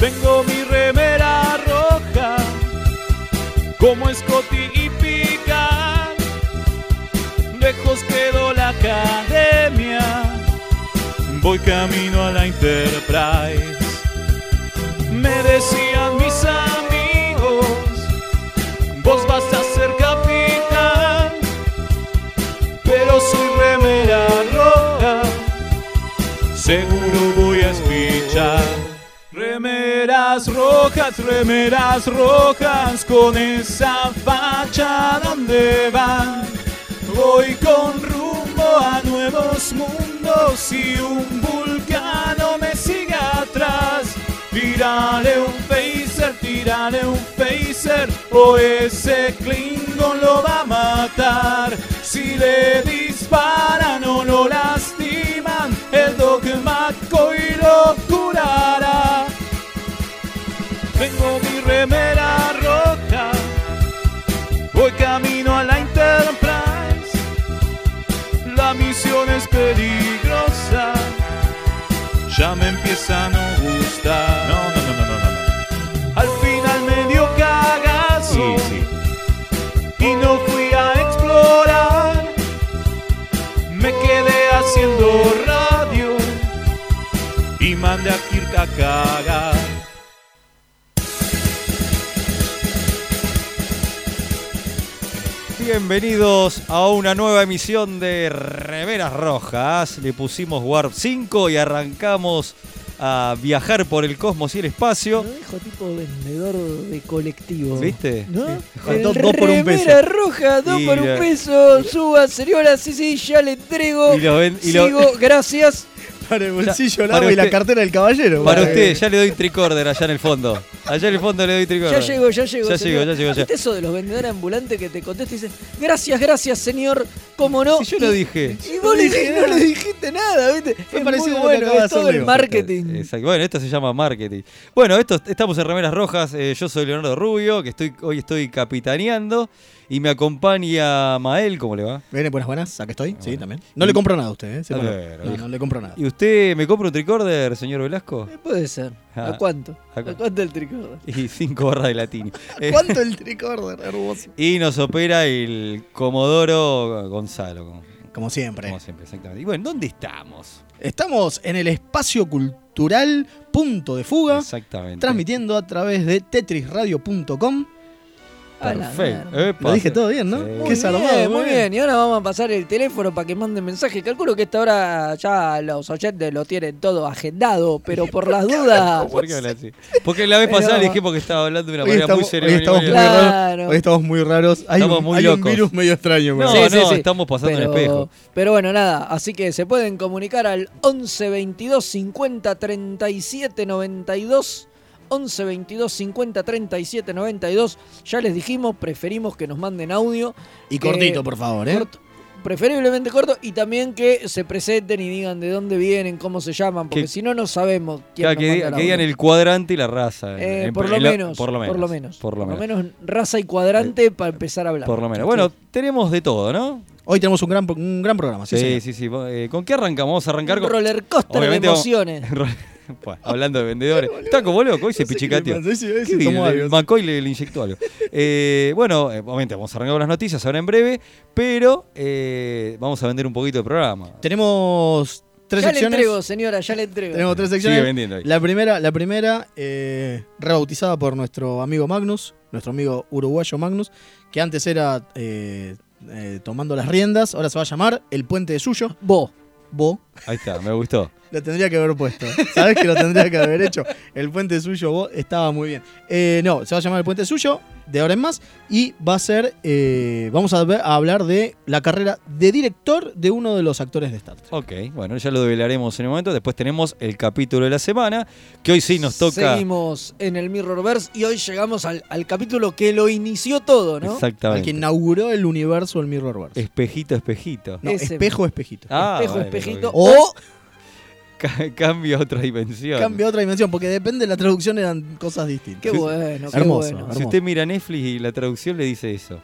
Tengo mi remera roja, como Scotty y Pican. Lejos quedó la academia, voy camino a la Enterprise. Me decían mis amigos, vos vas a ser capitán, pero soy remera roja, seguro voy a escuchar. Remeras rojas, remeras rojas, con esa facha donde van. Voy con rumbo a nuevos mundos y un vulcano me sigue atrás. Tírale un phaser, tírale un phaser, o ese Klingon lo va a matar. Si le disparan o lo lastiman, el dogma y lo curará. Tengo mi remera rota, voy camino a la Enterprise. La misión es peligrosa, ya me empieza a no gustar. No, no, no, no, no, no. Al final me dio cagazo Sí, sí. y no fui a explorar. Me quedé haciendo radio y mandé a Kirk a cagar. Bienvenidos a una nueva emisión de Reveras Rojas. Le pusimos Warp 5 y arrancamos a viajar por el cosmos y el espacio. Lo dejo tipo vendedor de colectivo. ¿Viste? Oh. ¿No? Sí. El Ah, Dos- dos por un peso. remera roja, dos Y por la- un peso. Suba, señora, sí, sí, ya le entrego. Y lo ven- y lo- Sigo, gracias. Para el Ya, bolsillo, el para agua y la usted- cartera del caballero. Para güey. usted, ya le doy tricorder allá en el fondo. Allá en el fondo le doy Ya tricorder. llego, ya llego. Ya señor. llego, ya llego, ya. ¿Viste eso de los vendedores ambulantes que te contestan y dicen, gracias, gracias, señor, cómo no? Si yo lo Y- dije. Y vos No le, dije dij- no nada. le dijiste nada, ¿viste? Fue es muy parecido a lo que bueno, acaba de es todo hacer el Leo. marketing. Exacto. Bueno, esto se llama marketing. Bueno, esto, estamos en Remeras Rojas. eh, yo soy Leonardo Rubio, que estoy, hoy estoy capitaneando. Y me acompaña Mael, ¿cómo le va? Viene, buenas, buenas. Acá estoy. Sí, también. No le compro nada a usted, ¿eh? Sepa. Claro, no, viejo. no le compro nada. ¿Y usted me compra un tricorder, señor Velasco? Eh, Puede ser. Ah. ¿A cuánto? ¿A ¿A, cu- cuánto el tricorder? Y cinco barras de latini. Eh, ¿Cuánto el tricorder, hermoso? y nos opera el Comodoro Gonzalo, como, Como siempre. como siempre, exactamente. Y bueno, ¿dónde estamos? Estamos en el espacio cultural Punto de Fuga, Exactamente. transmitiendo a través de tetrisradio.com. A la Perfecto. mierda. Epa. Lo dije todo bien, ¿no? Sí. Qué Muy salvado, bien, muy bien. Y ahora vamos a pasar el teléfono para que manden mensajes. Calculo que esta hora ya los oyentes lo tienen todo agendado, pero por las dudas. ¿Por qué habla así? Porque la vez Pero- pasada le dije porque estaba hablando de una Hoy manera estamos, muy hoy estamos muy ceremonial. Claro. raros. Hoy estamos muy raros. Hay, Estamos un, muy hay un locos. virus medio extraño. güey. No, no, estamos pasando un espejo. Pero bueno, nada, así que se pueden comunicar al 11 22 50 37 92. 11 22 50 37 92. Ya les dijimos, preferimos que nos manden audio. Y que- cortito, por favor, ¿eh? corto, preferiblemente corto, y también que se presenten y digan de dónde vienen, cómo se llaman, porque Que- si no, no sabemos quién Claro, nos que, manda diga- el que digan audio. el cuadrante y la raza. en- Eh, en- por, lo en la- menos, por lo menos. Por lo menos. raza y cuadrante para empezar a hablar. Este Por lo menos. Bueno, Sí. tenemos de todo, ¿no? Hoy tenemos un gran, un gran programa. Sí, sí, señor. sí. sí. Eh, ¿Con qué arrancamos? Vamos a arrancar Un con. roller coaster de Obviamente vamos- emociones. Bueno, hablando de vendedores. Está como loco, hoy se No sé qué le pichicateó. pasa, ese- ese Sí, tomó el- el algo. McCoy le, le inyectó algo. Eh, bueno, eh, obviamente vamos a arrancar con las noticias ahora en breve, pero eh, vamos a vender un poquito de programa. Tenemos tres ya le secciones. entrego, señora, ya le entrego. Tenemos tres Sigue secciones. vendiendo ahí. La primera, la primera eh, rebautizada por nuestro amigo Magnus, nuestro amigo uruguayo Magnus, que antes era eh, eh, tomando las riendas, ahora se va a llamar El Puente de Suyo. Vos. Vos. Ahí está, me gustó. Lo tendría que haber puesto. Sabes que lo tendría que haber hecho. El puente suyo vos estaba muy bien. Eh, no, se va a llamar el puente suyo de ahora en más y va a ser, eh, vamos a, ver- a hablar de la carrera de director de uno de los actores de Star Trek. Ok, bueno, ya lo develaremos en un momento. Después tenemos el capítulo de la semana, que hoy sí nos toca. Seguimos en el Mirrorverse y hoy llegamos al, al capítulo que lo inició todo, ¿no? Al que Exactamente. inauguró el universo del Mirrorverse. Espejito, espejito. no, ese- espejo, espejito. Ah, espejo, bueno, espejito. ok. O Ca- Cambia a otra dimensión. Cambia a otra dimensión, porque depende de la traducción, eran cosas distintas. qué bueno, qué Hermoso. bueno. Si usted mira Netflix y la traducción le dice eso.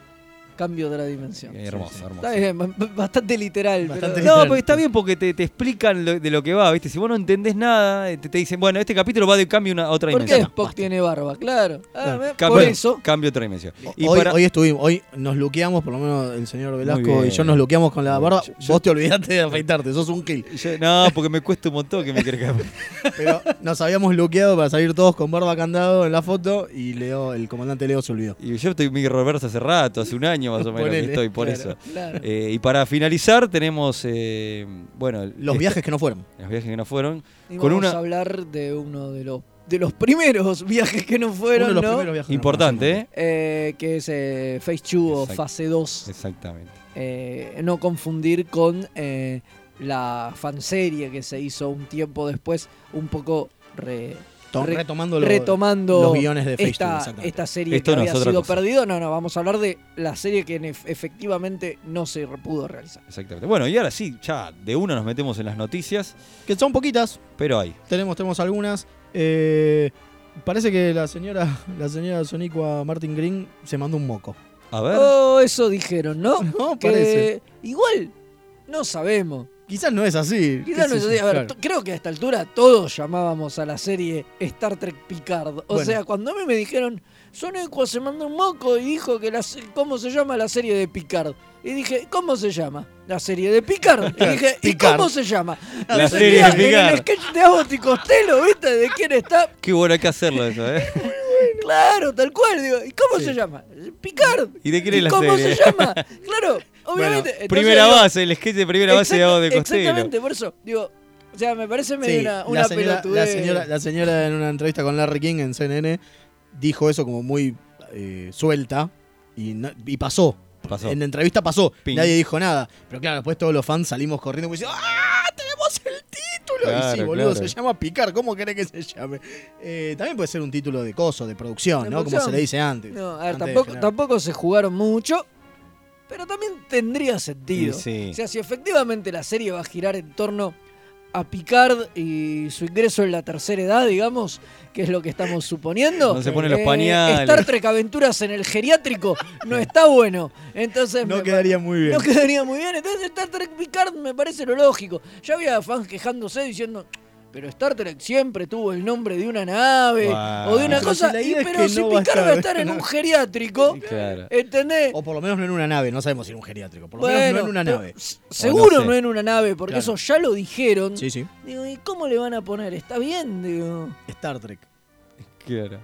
Cambio de la dimensión. Eh, hermoso, sí. hermoso. Está bien, ba- ba- bastante literal. Bastante pero- No, Literal. pero está bien porque te, te explican lo- de lo que va, ¿viste? Si vos no entendés nada, eh, te, te dicen, bueno, este capítulo va de cambio a una, a otra ¿Por qué dimensión. Spock tiene barba? Claro. Ah, Claro. ve, Cambio, Por bueno, eso. Cambio a otra dimensión. Y hoy, para- hoy estuvimos, hoy nos luqueamos, por lo menos el señor Velasco bien. y yo nos luqueamos con la Muy barba. bien. Yo- Vos te olvidaste de afeitarte, sos un kill. yo- no, porque me cuesta un montón que me quiera cambiar. Pero nos habíamos luqueado para salir todos con barba candado en la foto y Leo, el comandante Leo se olvidó. Y yo estoy mi reverso hace rato, hace un año más o menos que Ponele, estoy por claro, eso. claro. Eh, y para finalizar tenemos, eh, bueno, Los este- viajes que no fueron. los viajes que no fueron. Y con vamos una- a hablar de uno de los, de los primeros viajes que no fueron, Uno de los ¿no? primeros viajes que no Importante, fueron. ¿eh? Eh, que es eh, Phase 2 o Exacto. Fase 2. Exactamente. Eh, no confundir con eh, la fanserie que se hizo un tiempo después, un poco re- ¿eh? To- Re- retomando lo- retomando los guiones de Facebook. esta, exactamente. esta serie Esto que no es había otra sido cosa. perdido. No, no, vamos a hablar de la serie que en ef- efectivamente no se re- pudo realizar. Exactamente. Bueno, y ahora sí, ya de una nos metemos en las noticias, Que son poquitas, pero hay. tenemos, tenemos algunas. Eh, parece que la señora, la señora Sonicua Martin Green se mandó un moco. A ver, Oh, eso dijeron, ¿no? No, que parece. igual no sabemos. Quizás no es así. Quizás qué no se sé diga, yo, a ver, claro. t- creo que a esta altura todos llamábamos a la serie Star Trek Picard. O Bueno. sea, cuando a mí me dijeron, Sonequa se mandó un moco y dijo que la se- cómo se llama la serie de Picard. Y dije, ¿cómo se llama? La serie de Picard. Y dije, ¿y Picard. cómo se llama? La Me serie de salía En el Picard. sketch de Abbott y Costello, ¿viste? ¿De quién está? qué bueno hay que hacerlo eso, ¿eh? Claro, tal cual. Digo, ¿y cómo Sí. se llama? Picard. ¿Y de quién es la cómo serie? se llama? Claro, obviamente. Entonces, primera digo, base, el sketch de primera base de Exacto- Abajo de Costello. Exactamente, por eso. Digo, o sea, me parece medio Sí, una, la, una señora, la, pelotudez. señora, la señora en una entrevista con Larry King en CNN dijo eso como muy eh, suelta y, no- y pasó. Pasó. En la entrevista pasó, Ping. nadie dijo nada. Pero claro, después todos los fans salimos corriendo y diciendo ¡Ah! ¡Tenemos el título! y sí, Claro, boludo, claro. se llama Picar, ¿cómo querés que se llame? Eh, también puede ser un título de coso, de producción, De ¿no? Como producción. se le dice antes. No, a ver, Antes de tampoco, generar. tampoco se jugaron mucho, pero también tendría sentido. Y sí. O sea, si efectivamente la serie va a girar en torno a Picard y su ingreso en la tercera edad, digamos, que es lo que estamos suponiendo. eh, No se ponen los pañales. Star Trek Aventuras en el geriátrico no está bueno. Entonces No me quedaría muy bien. No quedaría muy bien. Entonces Star Trek Picard me parece lo lógico. Ya había fans quejándose diciendo, pero Star Trek siempre tuvo el nombre de una nave Wow. o de una Pero cosa. si la y- idea es pero que si no va a Picard va a estar- estar en un geriátrico, Claro. ¿entendés? O por lo menos no en una nave, no sabemos si en un geriátrico. Por lo menos Bueno, no en una pero nave. s- seguro no no, sé. en una nave, porque Claro. eso ya lo dijeron. Sí, sí. Digo, ¿y cómo le van a poner? Está bien, digo. Star Trek. claro.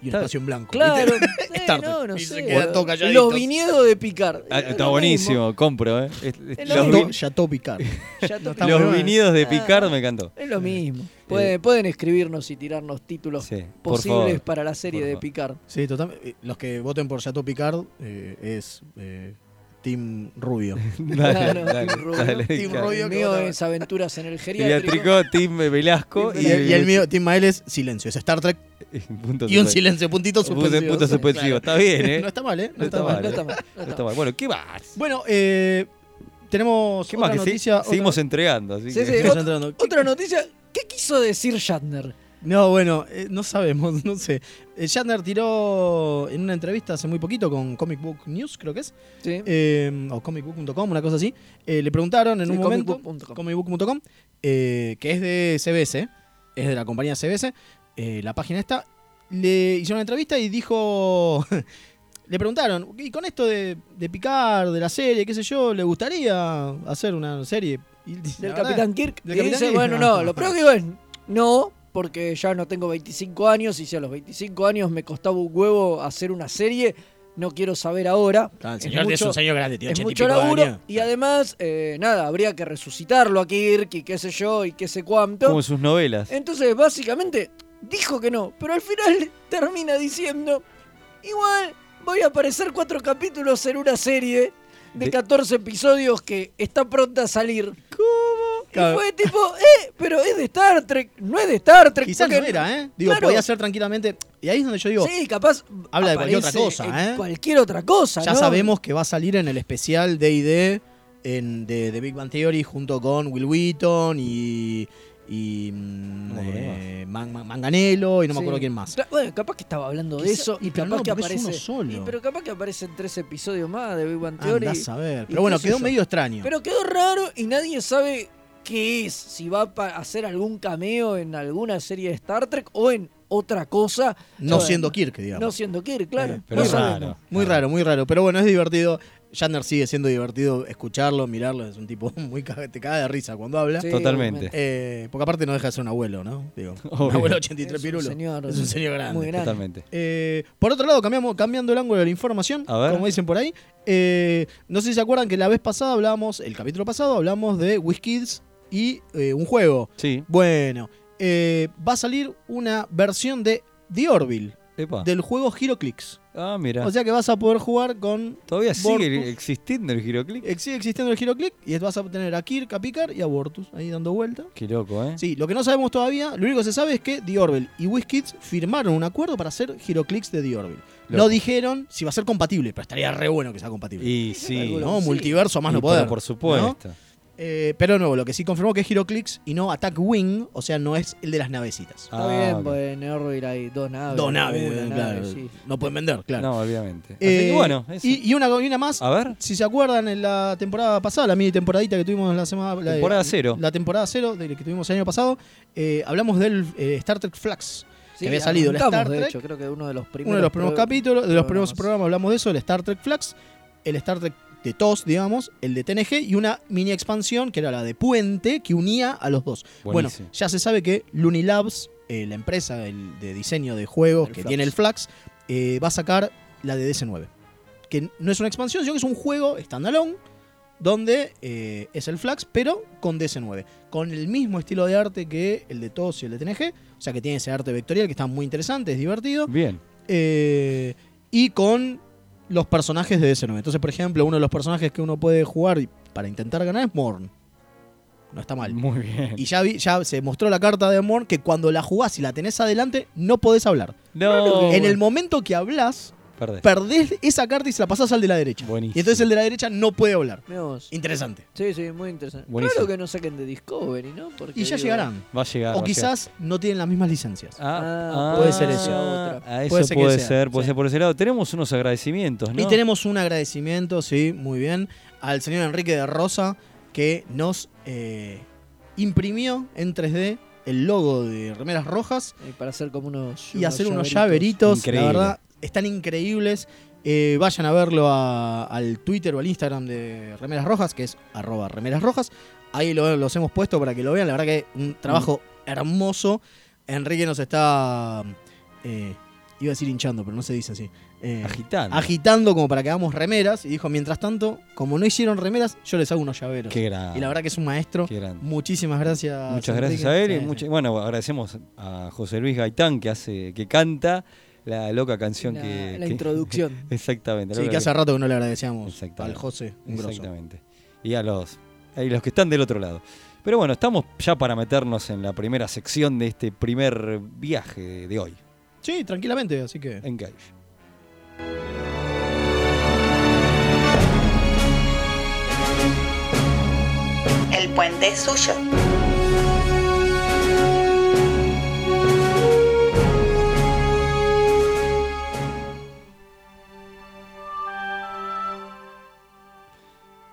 Y un Claro. espacio en blanco. Claro, ¿viste? sí, Star Trek. no, no Y se sé. quedan boludo. todos calladitos. Los viñedos de Picard. Ah, Es está lo buenísimo, compro, ¿eh? Es- es- Es lo los mismo. Chateau- Chateau Picard. mismo. Ya to- Está muy los bueno. vinidos de Picard Ah. me encantó. Es lo mismo. Pueden, pueden escribirnos y tirarnos títulos Sí, por posibles favor. para la serie Por de favor. Picard. Sí, totalmente. Eh, Los que voten por Chateau Picard eh, es eh, Team Rubio. Dale, Claro, dale, Team Rubio. dale, Team claro. Rubio. El que mío votaba. es Aventuras en el Geriátrico. Geriátrico, Team Velasco y, el, y el mío, Team Mael, es silencio. Es Star Trek Punto y un suspensivo. silencio, puntito Punto- suspensivo. punto Sí, suspensivo. claro. Está bien, ¿eh? No está mal, ¿eh? No, No está está mal. No está mal, no No está está mal. mal. Bueno, ¿qué más? Bueno, eh, tenemos ¿Qué otra más? Que se- noticia. otra- seguimos entregando. Así Sí, que- sí, Seguimos Ot- entrando. Otra noticia. ¿Qué quiso decir Shatner? No, bueno, eh, no sabemos, no sé. Eh, Shatner tiró en una entrevista hace muy poquito con Comic Book News, creo que es, Sí. eh, o comicbook.com, una cosa así. Eh, le preguntaron en Sí, un momento, comicbook.com. comicbook.com, eh, que es de CBS, es de la compañía CBS, eh, la página esta, le hicieron una entrevista y dijo, le preguntaron, y con esto de, de picar, de la serie, qué sé yo, ¿le gustaría hacer una serie? Y la Del verdad- Capitán Kirk. del y Capitán dice, Kirk, bueno, no. no, lo primero que digo es, no, porque ya no tengo 25 años y si a los 25 años me costaba un huevo hacer una serie, no quiero saber ahora. Ah, el Es señor es mucho- un señor grande, tiene es 80 y mucho pico de laburo años. y además, eh, nada, habría que resucitarlo a Kirk y qué sé yo y qué sé cuánto. Como sus novelas. Eh, Entonces, básicamente, dijo que no, pero al final termina diciendo, igual voy a aparecer cuatro capítulos en una serie de De- 14 episodios que está pronta a salir. ¿Cómo? Y Claro. fue tipo, eh, pero es de Star Trek, no es de Star Trek. Quizás no porque- era, ¿eh? Digo, Claro. podía ser tranquilamente. Y ahí es donde yo digo, Sí, capaz. Habla de cualquier aparece otra cosa, en ¿eh? Cualquier otra cosa, ya ¿no? sabemos que va a salir en el especial D&D en- de, de Big Bang Theory junto con Will Wheaton y, y mm, No me acuerdo eh, Man- Man- Manganello y no me Sí. acuerdo quién más. Cla- Bueno, capaz que estaba hablando de Quizá- eso y y pero capaz no, que porque es aparece. uno solo. y pero capaz que aparecen tres episodios más de Big Bang Theory. Andá a saber. qué Pero bueno, sé quedó yo. medio extraño. Pero quedó raro y nadie sabe qué es. Si va pa- a hacer algún cameo en alguna serie de Star Trek o en otra cosa. no Bueno, siendo Kirk, digamos. No siendo Kirk, claro. Eh, pero No muy es raro, sabemos. Muy raro, muy raro. Pero bueno, es divertido. Shatner sigue siendo divertido escucharlo, mirarlo. Es un tipo muy caga, te caga de risa cuando habla. Sí, Totalmente. Eh, porque aparte no deja de ser un abuelo, ¿no? Digo, un Obvio. abuelo Es 83 un pirulo. señor es un señor grande. Muy grande. Totalmente. Eh, por otro lado, cambiamos, cambiando el ángulo de la información, A ver. como dicen por ahí. eh, no sé si se acuerdan que la vez pasada hablábamos, el capítulo pasado, hablamos de WizKids y eh, un juego. Sí. Bueno, eh, va a salir una versión de The Orville, Epa. del juego HeroClix. Ah, mira. O sea que vas a poder jugar con. Todavía sigue Bortus. existiendo el giroclick. Sigue existiendo el HeroClix y vas a tener a Kirk, a Picard y a Bortus ahí dando vuelta. Qué loco, ¿eh? Sí, lo que no sabemos todavía, lo único que se sabe es que The Orville y WizKids firmaron un acuerdo para hacer Giroclix de The Orville. No Loco. dijeron si va a ser compatible, pero estaría re bueno que sea compatible. Y sí. Algunos- ¿No? sí. Multiverso a más Y no pero poder. Por supuesto. ¿no? Eh, pero de nuevo, lo que sí confirmó que es Giroclix y no Attack Wing, o sea, no es el de las navecitas. Está Ah, bien, ok. pues en Orbit hay dos Ah, naves. Dos naves, una claro. nave, sí. No pueden vender, claro. No, obviamente. Así Eh, que bueno, eso. Ah. y, y una, y una más. A ver. Si se acuerdan, en la temporada pasada, la mini temporadita que tuvimos la semana. la- Temporada cero. La temporada cero de la que tuvimos el año pasado, eh, hablamos del eh, Star Trek Flux. Sí, había salido la Star arrancamos, De Trek. hecho, creo que uno de los primeros, Uno de los primeros pro- capítulos, de los primeros programas. programas hablamos de eso, el Star Trek Flux, el Star Trek de TOS, digamos, el de TNG y una mini expansión que era la de Puente que unía a los dos. Buenísimo. Bueno, ya se sabe que Lunilabs, eh, la empresa el de diseño de juegos El que Flux. tiene el Flux, eh, va a sacar la de DC9. Que no es una expansión, sino que es un juego standalone donde eh, es el Flux, pero con DC9. Con el mismo estilo de arte que el de TOS y el de TNG. O sea que tiene ese arte vectorial que está muy interesante, es divertido. Bien. Eh, y con los personajes de DC9. Entonces, por ejemplo, uno de los personajes que uno puede jugar y- para intentar ganar es Morn. No está mal. Muy bien. Y ya, vi- ya se mostró la carta de Morn que cuando la jugás y la tenés adelante, no podés hablar. No. en el momento que hablas, Perdés. perdés esa carta y se la pasás al de la derecha. Buenísimo. Y entonces el de la derecha no puede hablar. Mirá vos. Interesante. Sí, sí, muy interesante. Buenísimo. Claro que no saquen de Discovery, ¿no? Porque Y ya digo, llegarán. Va a llegar. O va a llegar. quizás no tienen las mismas licencias. Ah, Ah, puede ser eso. Ah, eso Puede puede ser ser, que puede sea, ser, sí. por ese lado. Tenemos unos agradecimientos, ¿no? Y tenemos un agradecimiento, sí, muy bien, al señor Enrique de Rosa que nos eh, imprimió en 3D el logo de Remeras Rojas eh, Para hacer como unos. y hacer unos llaveritos, Increíble. la verdad, están increíbles. Eh, vayan a verlo a- al Twitter o al Instagram de Remeras Rojas, que es arroba Remeras Rojas. Ahí lo- los hemos puesto para que lo vean. La verdad que un trabajo hermoso. Enrique nos está, eh, iba a decir hinchando, pero no se dice así. Eh, Agitando. agitando como para que hagamos remeras. Y dijo, mientras tanto, como no hicieron remeras, yo les hago unos llaveros. Qué grande. Y la verdad que es un maestro. Qué grande. Muchísimas gracias. Muchas gracias Enrique. a él. Sí, y mucha- sí. bueno, agradecemos a José Luis Gaitán que hace, que canta la loca canción La, que. la que- introducción. Exactamente. la Sí, loca que hace rato que no le agradecíamos al Exactamente. José, un grosso. Exactamente. Y a los, a los que están del otro lado. Pero bueno, estamos ya para meternos en la primera sección de este primer viaje de, de hoy, Sí, tranquilamente, así que. Engage. El puente es suyo.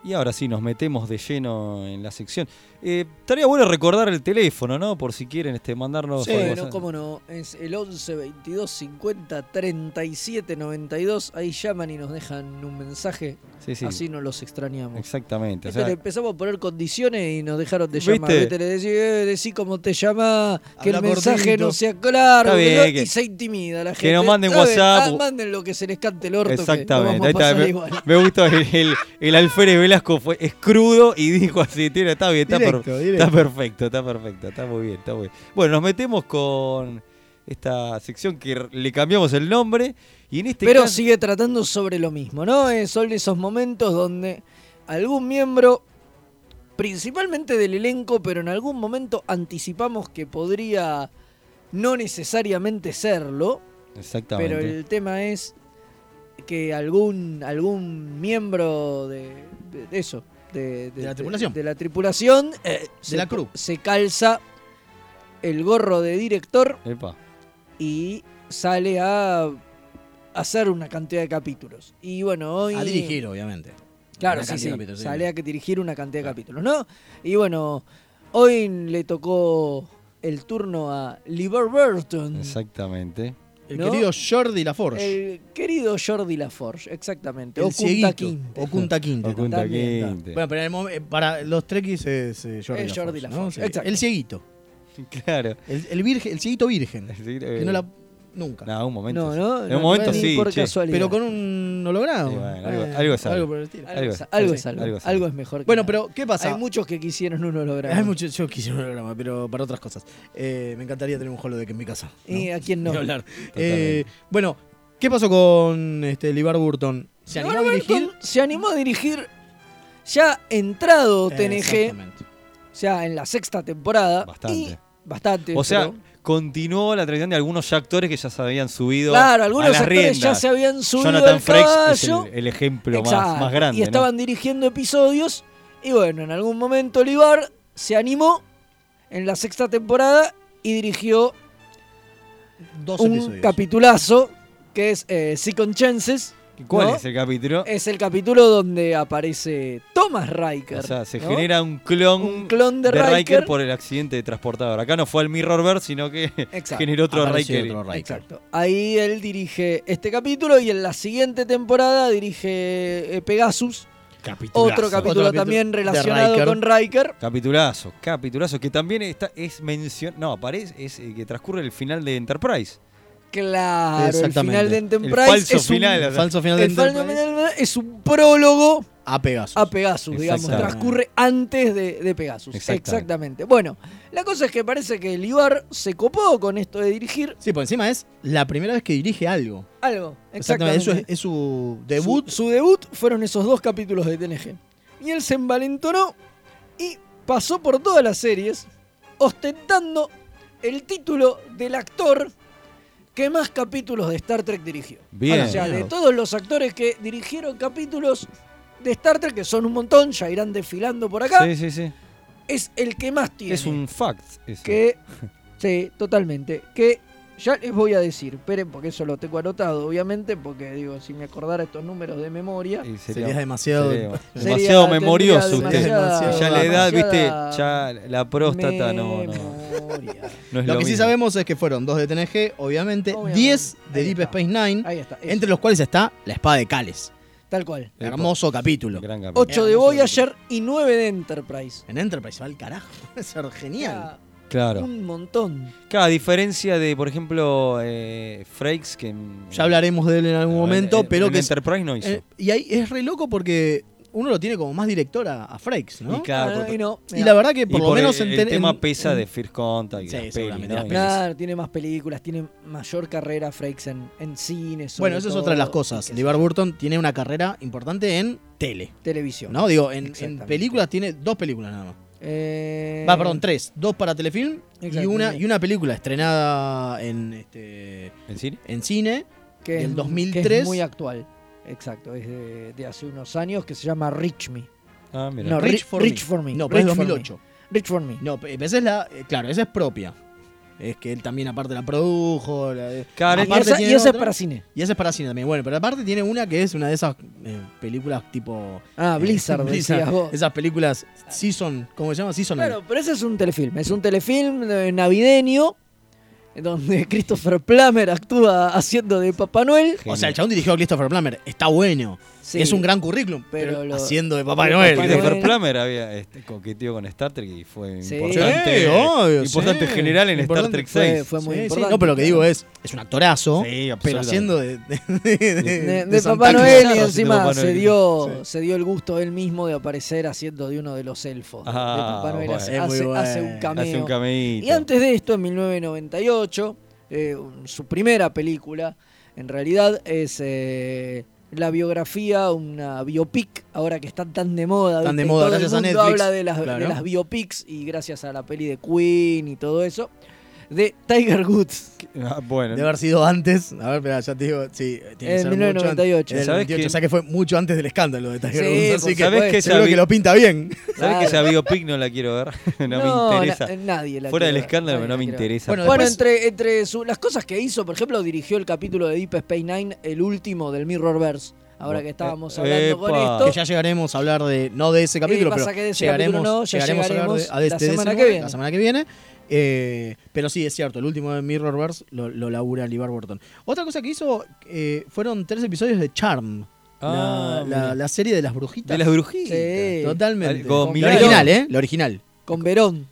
Y ahora sí, nos metemos de lleno en la sección. Eh, estaría bueno recordar el teléfono, ¿no? Por si quieren este, mandarnos... Sí, por Bueno, WhatsApp. cómo no. Es el 11 22 50 37 92. Ahí llaman y nos dejan un mensaje. Sí, sí, Así no los extrañamos. exactamente. O Viste, sea, le empezamos a poner condiciones y nos dejaron de llamar. ¿Viste? ¿viste? Le decís, eh, decí cómo te llama, que Habla el mensaje cortito. no sea claro. Está bien, y que- se intimida la gente. que nos manden ¿Saben? WhatsApp. Ah, manden lo que se les cante el orto. que lo vamos Exactamente, a ahí está. pasar Me, igual. me gustó el, el, el alférez Velasco, fue, es crudo y dijo así, tiene, está bien, está, per- Directo, directo. está perfecto, está perfecto, está muy bien, está muy bien. Bueno, nos metemos con esta sección que r- le cambiamos el nombre y en este Pero caso... sigue tratando sobre lo mismo, ¿no? Eh, son esos momentos donde algún miembro, principalmente del elenco, pero en algún momento anticipamos que podría no necesariamente serlo, Exactamente. pero el tema es que algún, algún miembro de, de- de eso, de, De la tripulación. de la tripulación, eh, la crew. se calza el gorro de director Epa. y sale a hacer una cantidad de capítulos. Y bueno, hoy... A dirigir, obviamente. Claro, Una sí, cantidad sí. de capítulos, sí. Sale a que dirigir una cantidad de capítulos, ¿no? Y bueno, hoy le tocó el turno a Liber Burton. Exactamente. El ¿No? querido Jordi Laforge. El querido Jordi Laforge, exactamente. El, o Kunta cieguito. Kinte. Oculta Quinte. Oculta también, ta. Quinte. Bueno, pero en el mom- eh, para los trekkies es eh, Jordi Es Laforge. Jordi ¿no? Laforge, Sí. exacto. El cieguito. Claro. El, el virgen, el cieguito virgen. Es decir, Que eh, no la. Nunca. no, un momento. No, sí. no. En no, un momento ni sí, Por che. casualidad. Pero con un holograma. Eh, Sí, bueno, algo- algo es algo. por el estilo. Algo, algo es- es- algo sí, es algo. algo es Algo es mejor que Bueno, nada. pero ¿qué pasa? Hay muchos que quisieron un holograma. Hay mucho- yo quisiera un holograma, pero para otras cosas. Eh, me encantaría tener un holodeck en mi casa. ¿no? ¿Y a quién no? Ni hablar. Eh, bueno, ¿qué pasó con este Libar Burton? ¿Se animó a dirigir? Burton se animó a dirigir ya entrado TNG, Exactamente. o sea, en la sexta temporada. Bastante. y- bastante. O sea, pero- continuó la tradición de algunos ya actores que ya se habían subido. claro, a algunos las actores ya riendas. se habían subido Jonathan al Frakes caballo. es el, el ejemplo más, Exacto, más grande. Y ¿no? estaban dirigiendo episodios. Y bueno, en algún momento Olivar se animó en la sexta temporada y dirigió Dos un episodios. capitulazo que es eh, Second Chances. ¿Cuál ¿no? es el capítulo? Es el capítulo donde aparece Thomas Riker. o sea, se ¿no? genera un clon, un clon de, Riker. Riker. por el accidente de transportador. Acá no fue al Mirrorverse, sino que Exacto. generó otro Apareció Riker. otro Riker. Exacto. Ahí él dirige este capítulo y en la siguiente temporada dirige eh, Pegasus. Capitulazo. Otro capítulo capítulo también de relacionado Riker. con Riker. Capitulazo, capitulazo, que también está, es mención. No, aparece, es eh, que transcurre el final de Enterprise. Claro, el Exactamente. final de El Enterprise falso es un- final, El falso final de el falso Enterprise final es un prólogo a Pegasus. a Pegasus, digamos, Exactamente. transcurre antes de, de Pegasus. Exactamente. Exactamente. Bueno, la cosa es que parece que Libar se copó con esto de dirigir Sí, por encima es la primera vez que dirige algo. algo. Exactamente. Exactamente. Eso es, es su Su- debut. Su, debut fueron esos dos capítulos de TNG. Y él se envalentonó y pasó por todas las series ostentando el título del actor que más capítulos de Star Trek dirigió. Bien. O sea, de todos los actores que dirigieron capítulos de Star Trek, que son un montón, ya irán desfilando por acá, Sí, sí, sí. es el que más tiene. Es un fact. eso. Que, sí, totalmente. Que ya les voy a decir, esperen, porque eso lo tengo anotado, obviamente, porque digo, si me acordara estos números de memoria. Y Sería, sería- demasiado. sería Sería- demasiado tendría memorioso usted. demasiada- demasiado- ya la edad, viste, demasiada ya la próstata no, no, memoria. no es Lo, lo, que sí mismo. sabemos es que fueron dos de TNG, obviamente, Obviamente. 10 de Ahí Deep está. Space Nine, Ahí está. eso, entre los cuales está la espada de Cales. Tal cual. Epa. Hermoso capítulo. Gran capítulo. 8 de Voyager y 9 de Enterprise. En Enterprise va al carajo. Es genial. Claro. Un montón. Claro, a diferencia de, por ejemplo, eh, Frakes, que en- Ya hablaremos de él en algún en- momento, Eh, en- pero en que es- Enterprise no hizo. eh, y ahí es re loco porque uno lo tiene como más director a, a Frakes, ¿no? Y claro, Ah, por- y no, Y mirá. la verdad que y por, lo el- menos el, ten- tema en- pesa en- de First Contact y Sí, las pelis, seguramente, ¿no? las pelis. Claro, tiene más películas, tiene mayor carrera Frakes en, en cine. sobre Bueno, eso es otra de las todo, cosas. y que- Libar Burton tiene una carrera importante en tele, Televisión. ¿no? Digo, en- en, Exactamente. películas tiene dos películas nada más. Eh, Va, perdón, tres. Dos para telefilm y Exactamente. una, y una película estrenada en, este, ¿En cine? en cine. que del es- 2003. que es muy actual. Exacto, es de, de hace unos años que se llama Reach Me. Ah, mira. No, Rich- Rich for Me. No, pero es Rich for 2008. Reach for Me. No, pe- esa es la. eh, Claro, esa es propia. Es que él también, aparte, la produjo. la- eh, Claro, y aparte esa, tiene y esa es otra- para cine. Y esa es para cine también. Bueno, pero aparte tiene una que es una de esas eh, películas tipo. Ah, eh, Blizzard, decías vos. Esas películas Season. ¿Cómo se llama? Seasonal. Claro, pero ese es un telefilm. Es un telefilm eh, navideño donde Christopher Plummer actúa haciendo de Papá Noel. O sea, el chabón dirigió a Christopher Plummer. Está bueno. Sí, Es un gran currículum. Pero Pero, lo- haciendo de Papá lo- Noel. Papá ¿viste? Noel. Christopher Plummer había este, coqueteado con Star Trek y fue Sí. importante, Sí, obvio, importante sí. general en Importante. Star Trek Fue- 6. fue muy Sí, sí. importante. No, pero lo que digo es. Es un actorazo. Sí, absolutamente. pero haciendo de. De, de- De, de de Santa Papá Claus. Noel y haciendo encima Papá se, Noel. dio, se dio el gusto él mismo de aparecer haciendo de uno de los elfos. de- de Ah, Papá Noel bueno. hace, Es muy hace- bueno. hace un cameo. Hace un cameíto. Y antes de esto, en 1998, eh, un- su primera película, en realidad, es eh, la biografía, una biopic, ahora que están tan de moda. Tan de ¿viste? moda, Todo el gracias a mundo Netflix, habla de las, de claro. las biopics y gracias a la peli de Queen y todo eso. de Tiger Woods. Ah, bueno. De haber sido antes. A ver, espera, ya te digo. Sí, tiene que En ser 1998. Mucho antes, en el ¿Sabés 98, que- O sea que fue mucho antes del escándalo de Tiger Sí, Woods. por Así que ¿Sabés supuesto. que esa, seguro vi- que lo pinta bien. sabés que Claro. esa biopic no la quiero ver? No, me interesa. na- eh, nadie la Fuera quiere del ver, escándalo, nadie no la me quiere ver. interesa. Bueno, Bueno, Después- entre, entre su- las cosas que hizo, por ejemplo, dirigió el capítulo de Deep Space Nine, el último del Mirrorverse. Ahora que estábamos Eh, hablando con epa. esto. Que ya llegaremos a hablar de. No de ese capítulo, pasa pero. que de ese llegaremos capítulo no, ya llegaremos llegaremos a hablar de, a de la este- de ese semana que nuevo, viene. la semana que viene. Eh, pero sí, es cierto, el último de Mirrorverse lo, lo labura Libar Burton. Otra cosa que hizo eh, fueron tres episodios de Charm. Ah, la, la- mira. la serie de las de brujitas. las brujitas. Sí. Totalmente. Con la Milagro. original, ¿eh? La original. Con Verón.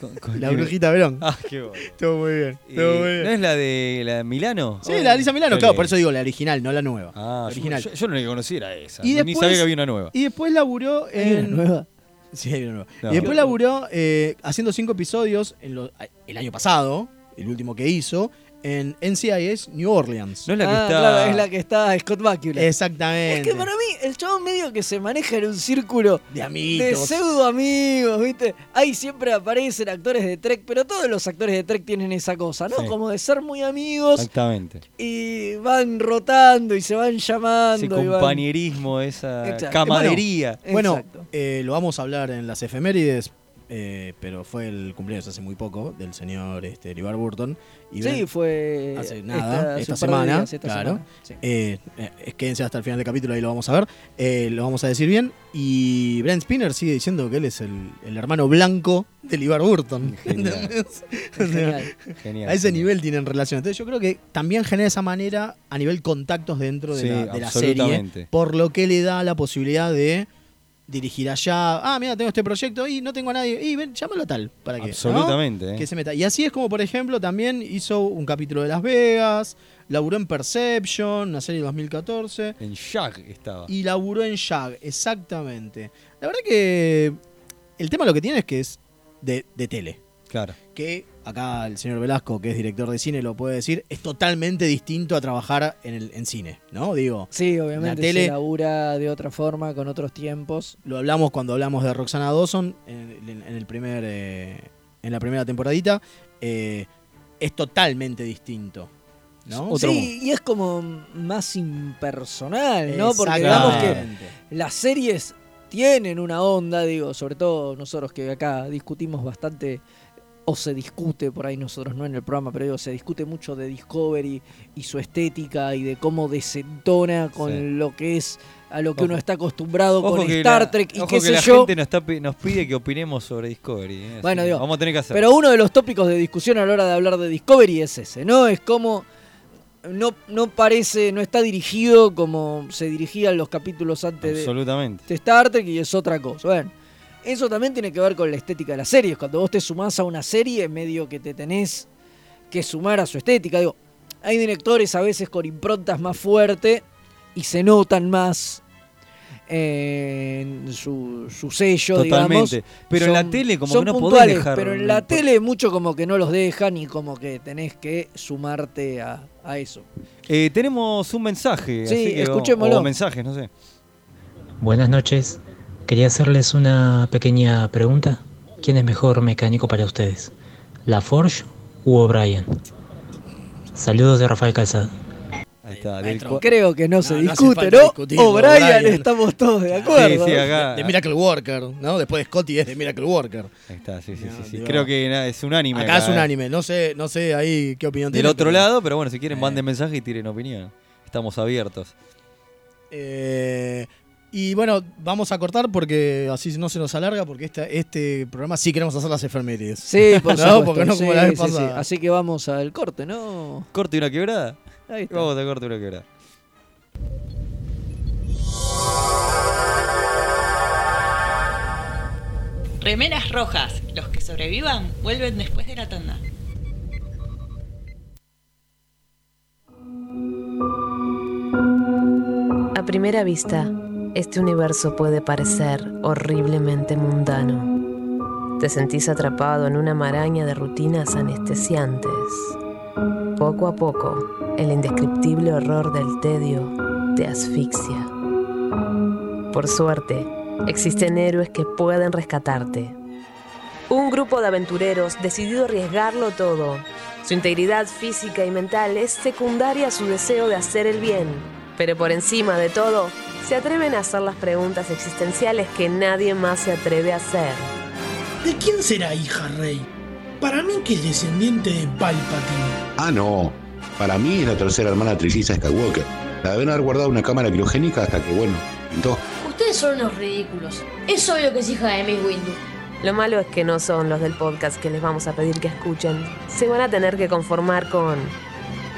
Con- con- La brujita Verón. Ah, qué bueno. Estuvo muy bien. Eh, estuvo muy bien. ¿No es la de la de Milano? Sí, la de Lisa Milano, Qué claro, lindo. por eso digo la original, no la nueva. Ah, La yo- original. Yo, yo lo único que conocía era esa. Y Ni después- sabía que había una nueva. Y después laburó Hay una en. nueva. Sí, hay una nueva. No. Y después laburó eh, haciendo cinco episodios en lo- el año pasado, el último que hizo, en NCIS New Orleans. No es la que Ah, está. claro, es la que está Scott Bakula. Exactamente. Es que para mí, el chabón medio que se maneja en un círculo De de amiguitos. pseudo amigos, ¿viste? Ahí siempre aparecen actores de Trek, pero todos los actores de Trek tienen esa cosa, ¿no? Sí. Como de ser muy amigos Exactamente. y van rotando y se van llamando. Ese y van- compañerismo, esa Exacto. camadería. Bueno, Exacto. eh, lo vamos a hablar en las efemérides, eh, pero fue el cumpleaños hace muy poco del señor este, Libar Burton. Y ven- Sí, fue hace nada, Eh, hace esta un par de semana, días, esta claro. semana, sí. Eh, eh, eh, quédense hasta el final del capítulo, ahí lo vamos a ver. Eh, lo vamos a decir bien. Y Brent Spinner sigue diciendo que él es el, el hermano blanco de Libar Burton. Genial. ¿Entendés? O sea, Genial. Genial. a ese nivel tienen relación. Entonces yo creo que también genera esa manera a nivel contactos dentro de, Sí, la, de la serie. absolutamente. Por lo que le da la posibilidad de dirigir allá. Ah, mira, tengo este proyecto y no tengo a nadie. Y ven, llámalo a tal. Para que, ¿no? Absolutamente. eh. que se meta. Y así es como, por ejemplo, también hizo un capítulo de Las Vegas, laburó en Perception, una serie de 2014, En Jack estaba. y laburó en Jag, exactamente. La verdad que el tema lo que tiene es que es de, de tele. Claro. Que acá el señor Velasco, que es director de cine, lo puede decir, es totalmente distinto a trabajar en, el, en cine, ¿no? Digo, Sí, obviamente tele- se labura de otra forma, con otros tiempos. lo hablamos cuando hablamos de Roxana Dawson en, en- en el primer eh, en la primera temporadita eh, es totalmente distinto ¿no? sí, y es como más impersonal, ¿no? Porque digamos que Exactamente. las series tienen una onda, digo, sobre todo nosotros que acá discutimos bastante, o se discute, por ahí nosotros no en el programa, pero digo, se discute mucho de Discovery y su estética y de cómo desentona con Sí. lo que es a lo que Ojo. uno está acostumbrado con que Star la- Trek y ojo qué que sé la yo. gente nos, está pi- nos pide que opinemos sobre Discovery. eh, así Bueno, que digo, Vamos a tener que hacer. Pero uno de los tópicos de discusión a la hora de hablar de Discovery es ese, ¿no? Es como. No, no parece, no está dirigido como se dirigían los capítulos antes de, Absolutamente. de Star Trek y es otra cosa. Bueno, eso también tiene que ver con la estética de las series. Cuando vos te sumás a una serie, medio que te tenés que sumar a su estética. Digo, hay directores a veces con improntas más fuertes y se notan más eh, en su, su sello, digamos. Totalmente. Pero en la Son- tele, como son que no podés puntuales, dejar. Pero en la tele mucho como que no los dejan y como que tenés que sumarte a, a eso. Eh, tenemos un mensaje. Sí, así que, o- escuchémoslo. O mensajes, no sé. Buenas noches. Quería hacerles una pequeña pregunta. ¿Quién es mejor mecánico para ustedes? ¿La Forge u O'Brien? Saludos de Rafael Calzado. Ahí está. del Maestro, cua- Creo que no, se no hace discute, falta discutir, ¿no? O'Brien, O'Brien. estamos todos de acuerdo. Sí, sí, acá. de Miracle Worker no después de Scotty es de Miracle Worker Ahí está, sí, sí, No, sí. sí. digo- Creo que na- es un anime. acá es un eh. anime no sé no sé ahí qué opinión Del tiene, otro pero, lado, pero bueno, si quieren, Eh. manden mensaje y tiren opinión. Estamos abiertos. eh, y bueno vamos a cortar porque así no se nos alarga porque esta- este programa sí queremos hacer las efemérides Sí, por No, supuesto, porque no como sí, la vez sí, sí. pasada. Así que vamos al corte, ¿no? Corte y una quebrada. Ahí está. Vamos a corte y una quebrada. Remeras rojas. Los que sobrevivan vuelven después de la tanda. A primera vista, este universo puede parecer horriblemente mundano. Te sentís atrapado en una maraña de rutinas anestesiantes. Poco a poco, el indescriptible horror del tedio te asfixia. Por suerte, existen héroes que pueden rescatarte. Un grupo de aventureros decidido a arriesgarlo todo. Su integridad física y mental es secundaria a su deseo de hacer el bien. Pero por encima de todo, se atreven a hacer las preguntas existenciales que nadie más se atreve a hacer. ¿De quién será hija Rey? Para mí que es descendiente de Palpatine. Ah, no. Para mí es la tercera hermana trilliza Skywalker. La deben haber guardado en una cámara criogénica hasta que, bueno, pintó. Ustedes son unos ridículos. Es obvio que es hija de Miss Windu. Lo malo es que no son los del podcast que les vamos a pedir que escuchen. Se van a tener que conformar con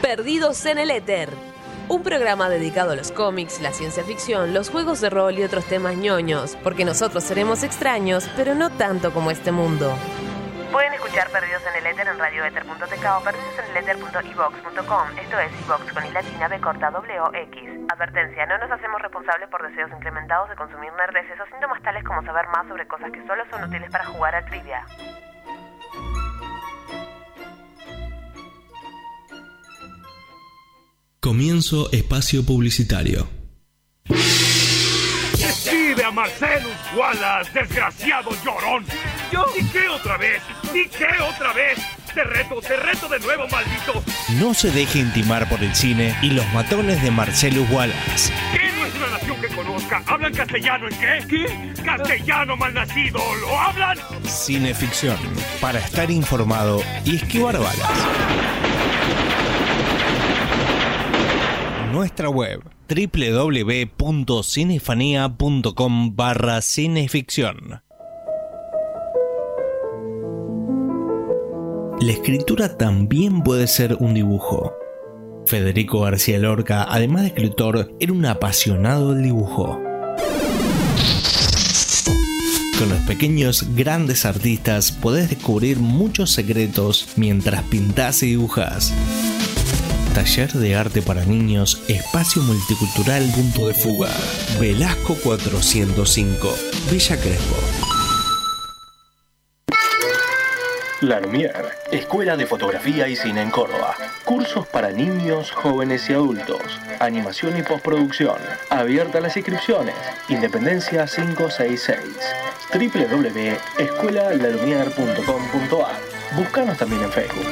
Perdidos en el Éter. Un programa dedicado a los cómics, la ciencia ficción, los juegos de rol y otros temas ñoños, porque nosotros seremos extraños, pero no tanto como este mundo. Pueden escuchar Perdidos en el Éter en radioéter.tk o perdidoseneleter.evox.com, esto es iVox con i latina b corta w o x. Advertencia, no nos hacemos responsables por deseos incrementados de consumir nerds o síntomas tales como saber más sobre cosas que solo son útiles para jugar a trivia. Comienzo espacio publicitario. Vive a Marcelus Wallace, desgraciado llorón. Yo ¿Y qué otra vez? ¿Y qué otra vez? Te reto, te reto de nuevo, maldito. No se deje intimar por el cine y los matones de Marcelus Wallace. ¿Qué no es una nación que conozca? ¿Hablan castellano en qué? ¿Qué? Castellano malnacido, ¿lo hablan? Cineficción, para estar informado y esquivar balas. Nuestra web www.cinefanía.com barra cineficción. La escritura también puede ser un dibujo. Federico García Lorca, además de escritor, era un apasionado del dibujo. Con los pequeños grandes artistas podés descubrir muchos secretos mientras pintás y dibujas. Taller de Arte para Niños, Espacio Multicultural Punto de Fuga, Velasco 405, Villa Crespo. Larmier, Escuela de Fotografía y Cine en Córdoba. Cursos para niños, jóvenes y adultos. Animación y postproducción. Abierta las inscripciones. Independencia 566. www.escuelalarmier.com.ar. Búscanos también en Facebook.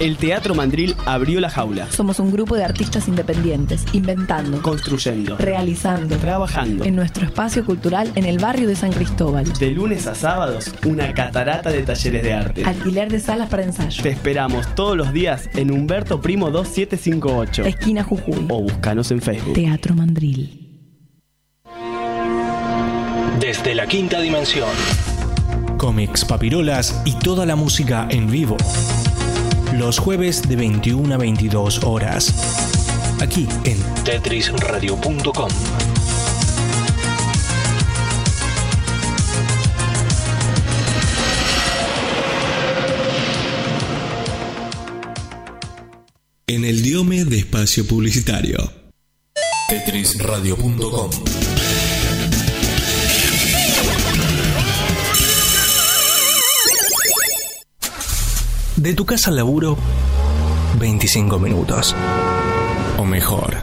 El Teatro Mandril abrió la jaula. Somos un grupo de artistas independientes, inventando, construyendo, realizando, trabajando en nuestro espacio cultural en el barrio de San Cristóbal. De lunes a sábados, una catarata de talleres de arte. Alquiler de salas para ensayo. Te esperamos todos los días en Humberto Primo 2758, esquina Jujuy. O búscanos en Facebook. Teatro Mandril. Desde la quinta dimensión. Cómics, papirolas y toda la música en vivo los jueves de 21 a 22 horas. Aquí en tetrisradio.com. En el diome de espacio publicitario. tetrisradio.com. De tu casa al laburo, 25 minutos. O mejor,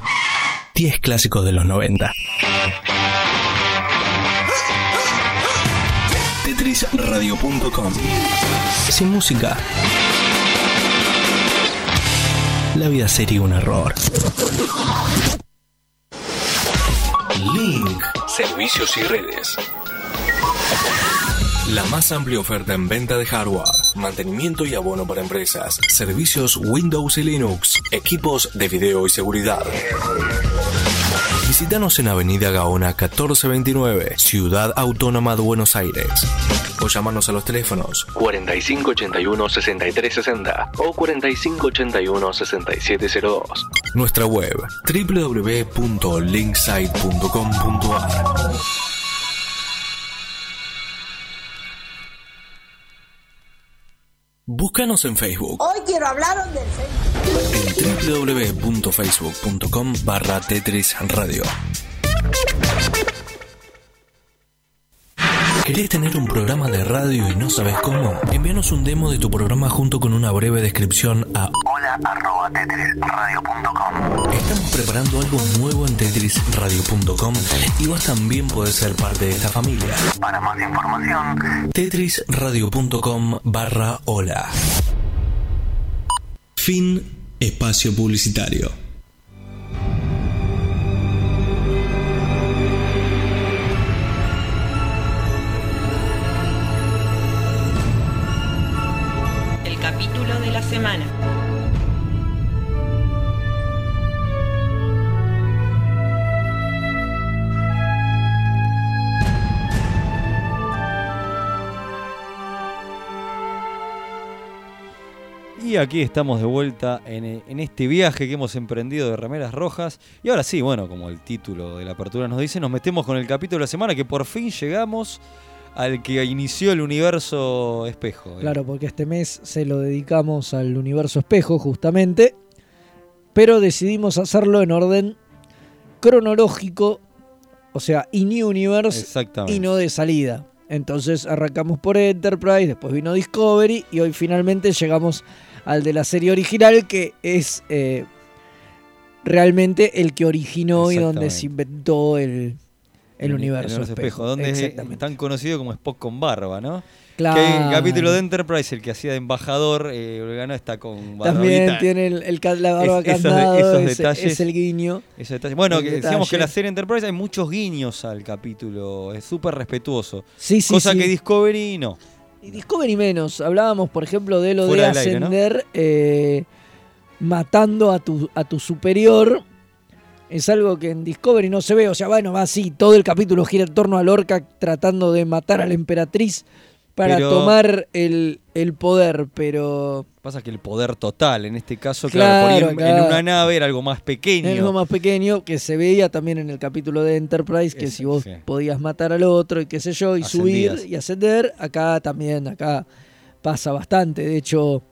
10 clásicos de los 90. Tetrisradio.com Sin música, la vida sería un error. Link. Servicios y redes. La más amplia oferta en venta de hardware, mantenimiento y abono para empresas, servicios Windows y Linux, equipos de video y seguridad. Visítanos en Avenida Gaona 1429, Ciudad Autónoma de Buenos Aires. O llamarnos a los teléfonos 4581-6360 o 4581-6702. Nuestra web www.linksite.com.ar Búscanos en Facebook. Hoy quiero hablaros del Facebook. En www.facebook.com barra Tetris Radio. ¿Querés tener un programa de radio y no sabes cómo? Envíanos un demo de tu programa junto con una breve descripción a hola.tetrisradio.com. Estamos preparando algo nuevo en tetrisradio.com y vos también podés ser parte de esta familia. Para más información, tetrisradio.com barra hola. Fin espacio publicitario. El capítulo de la semana. Y aquí estamos de vuelta en, eh, en este viaje que hemos emprendido de Remeras Rojas. Y ahora sí, bueno, como el título de la apertura nos dice, nos metemos con el capítulo de la semana que por fin llegamos al que inició el universo espejo. eh. Claro, porque este mes se lo dedicamos al universo espejo, justamente. Pero decidimos hacerlo en orden cronológico, o sea, in universe Exactamente. y no de salida. Entonces arrancamos por Enterprise, después vino Discovery y hoy finalmente llegamos al de la serie original que es eh, realmente el que originó y donde Exactamente. se inventó el, el universo, espejo. donde es eh, Exactamente. Ah. tan conocido como Spock con barba, ¿no? Claro. Que en el capítulo de Enterprise, el que hacía de embajador, eh, Organa está con barbita. También tiene el, el ca- la barba Es- esos de- candado, esos es- detalles. es el guiño. Esos detalles. Bueno, El que decíamos detalle. que en la serie Enterprise hay muchos guiños al capítulo, es súper respetuoso. Sí, sí, Cosa sí. que Discovery no. Y Discovery menos. Hablábamos, por ejemplo, de lo Fuera de del aire, ¿no? ascender eh, matando a tu, a tu superior. Es algo que en Discovery no se ve. O sea, bueno, va así. Todo el capítulo gira en torno a Lorca tratando de matar a la emperatriz para Pero- tomar el, el poder. Pero Pasa que el poder total, en este caso, claro, por ahí Claro, en- en claro. una nave era algo más pequeño. algo más pequeño que se veía también en el capítulo de Enterprise, que Ese, si vos sí. podías matar al otro y qué sé yo, y Ascendías. subir y ascender, acá también, acá pasa bastante. De hecho,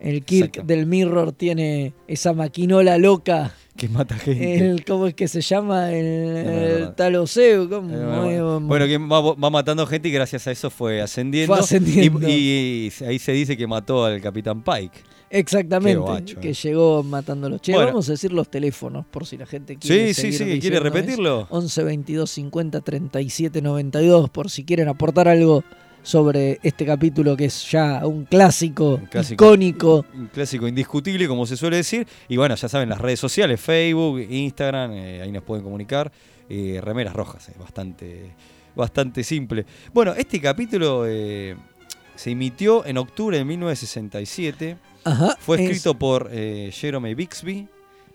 el Kirk Exacto. del Mirror tiene esa maquinola loca. Que mata gente. El, ¿Cómo es que se llama? El, verdad. el Taloseu. ¿cómo? Eh, Bueno, Eh, bueno, que va, va matando gente y gracias a eso fue ascendiendo. Fue ascendiendo. Y, y ahí se dice que mató al capitán Pike. Qué Exactamente, guacho, eh. que llegó matándolos. Che, Bueno. vamos a decir los teléfonos, por si la gente quiere. Sí, sí, seguir sí, ¿quiere diciendo, ¿eh? repetirlo? 11 22 50 37 92, por si quieren aportar algo sobre este capítulo que es ya un clásico, clásico. icónico. Un clásico indiscutible, como se suele decir. Y bueno, ya saben, las redes sociales, Facebook, Instagram, eh, ahí nos pueden comunicar. Eh, remeras rojas, es bastante, bastante simple. Bueno, este capítulo eh, se emitió en octubre de 1967. Ajá, Fue es- escrito por eh, Jerome Bixby.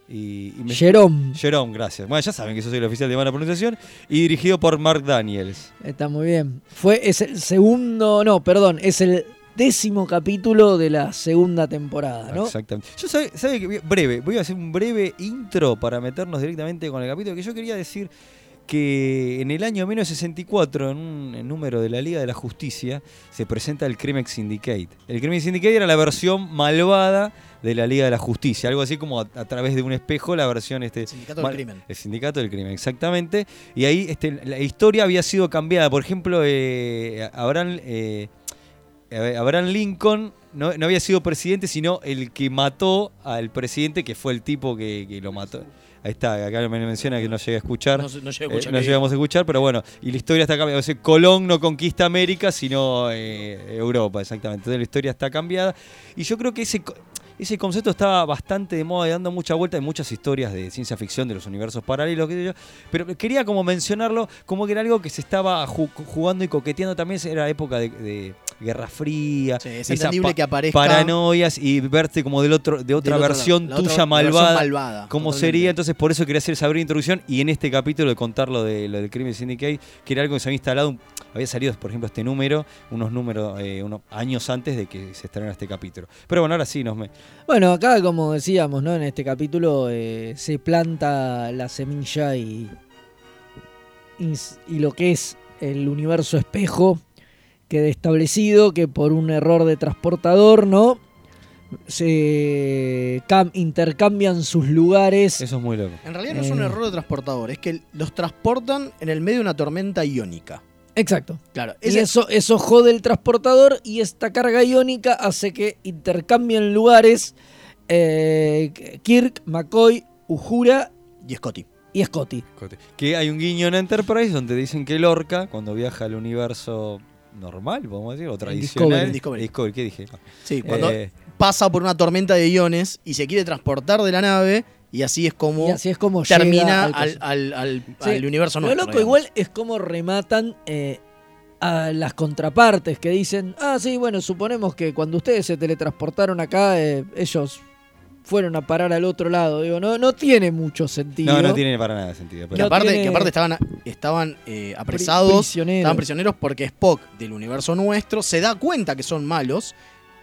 Y, y me- Jerome. Jerome, gracias. Bueno, ya saben que yo soy el oficial de mala pronunciación. Y dirigido por Mark Daniels. Está muy bien. Fue, es el segundo, no, perdón, es el décimo capítulo de la segunda temporada, ¿no? Exactamente. Yo sabe, sabe que voy- breve, voy a hacer un breve intro para meternos directamente con el capítulo que yo quería decir que en el año 1964, en un en número de la Liga de la Justicia, se presenta el Crimex Syndicate. El Crimex Syndicate era la versión malvada de la Liga de la Justicia, algo así como a, a través de un espejo la versión este Sindicato del Crimen. El sindicato del crimen, exactamente. Y ahí este, la historia había sido cambiada. Por ejemplo, eh, Abraham, eh, eh, Abraham Lincoln no, no había sido presidente, sino el que mató al presidente, que fue el tipo que, que lo mató. Ahí está, acá me menciona que no llega a escuchar. No se- no llega Eh, a escuchar, no que- llegamos a escuchar, pero bueno. Y la historia está cambiada. O sea, Colón no conquista América, sino eh, Europa, exactamente. Entonces la historia está cambiada. Y yo creo que ese, co- ese concepto estaba bastante de moda y dando mucha vuelta en muchas historias de ciencia ficción, de los universos paralelos, qué sé yo. Pero quería como mencionarlo, como que era algo que se estaba ju- jugando y coqueteando también. Era época de, de Guerra Fría. es esa entendible que aparezca- Paranoias y verte como del otro, de otra Del otro versión lado, la tuya otra versión malvada. malvada, Como Ah, totalmente. sería. Entonces, por eso quería hacer esa breve introducción y en este capítulo de contar lo, de, lo del crimen syndicate, que era algo que se había instalado, un- había salido, por ejemplo, este número, unos números, eh, unos años antes de que se estrenara este capítulo. Pero bueno, ahora sí nos me. Bueno, acá como decíamos, ¿no? En este capítulo eh, se planta la semilla y, y, y lo que es el universo espejo queda establecido que por un error de transportador, ¿no? Se cam- intercambian sus lugares. Eso es muy loco. En realidad no es un Eh. error de transportador, es que los transportan en el medio de una tormenta iónica. Exacto. Claro. Y eso, eso jode el transportador y esta carga iónica hace que intercambien lugares eh, Kirk, McCoy, Uhura y Scotty. Y Scotty. Que hay un guiño en Enterprise donde dicen que Lorca, cuando viaja al universo normal, podemos decir, o tradicional. Discovery, Discovery. Discovery, ¿qué dije? Sí, cuando Eh, pasa por una tormenta de iones y se quiere transportar de la nave y así es como, Y así es como llega termina al- al, al- al- Sí, al universo Lo nuestro. loco digamos. igual es como rematan eh, a las contrapartes que dicen, ah, sí, bueno, suponemos que cuando ustedes se teletransportaron acá, eh, ellos fueron a parar al otro lado. Digo, no, no tiene mucho sentido. no, no tiene para nada sentido. Que pero- aparte, tiene- que aparte estaban, estaban eh, apresados, prisioneros. estaban prisioneros porque Spock del universo nuestro se da cuenta que son malos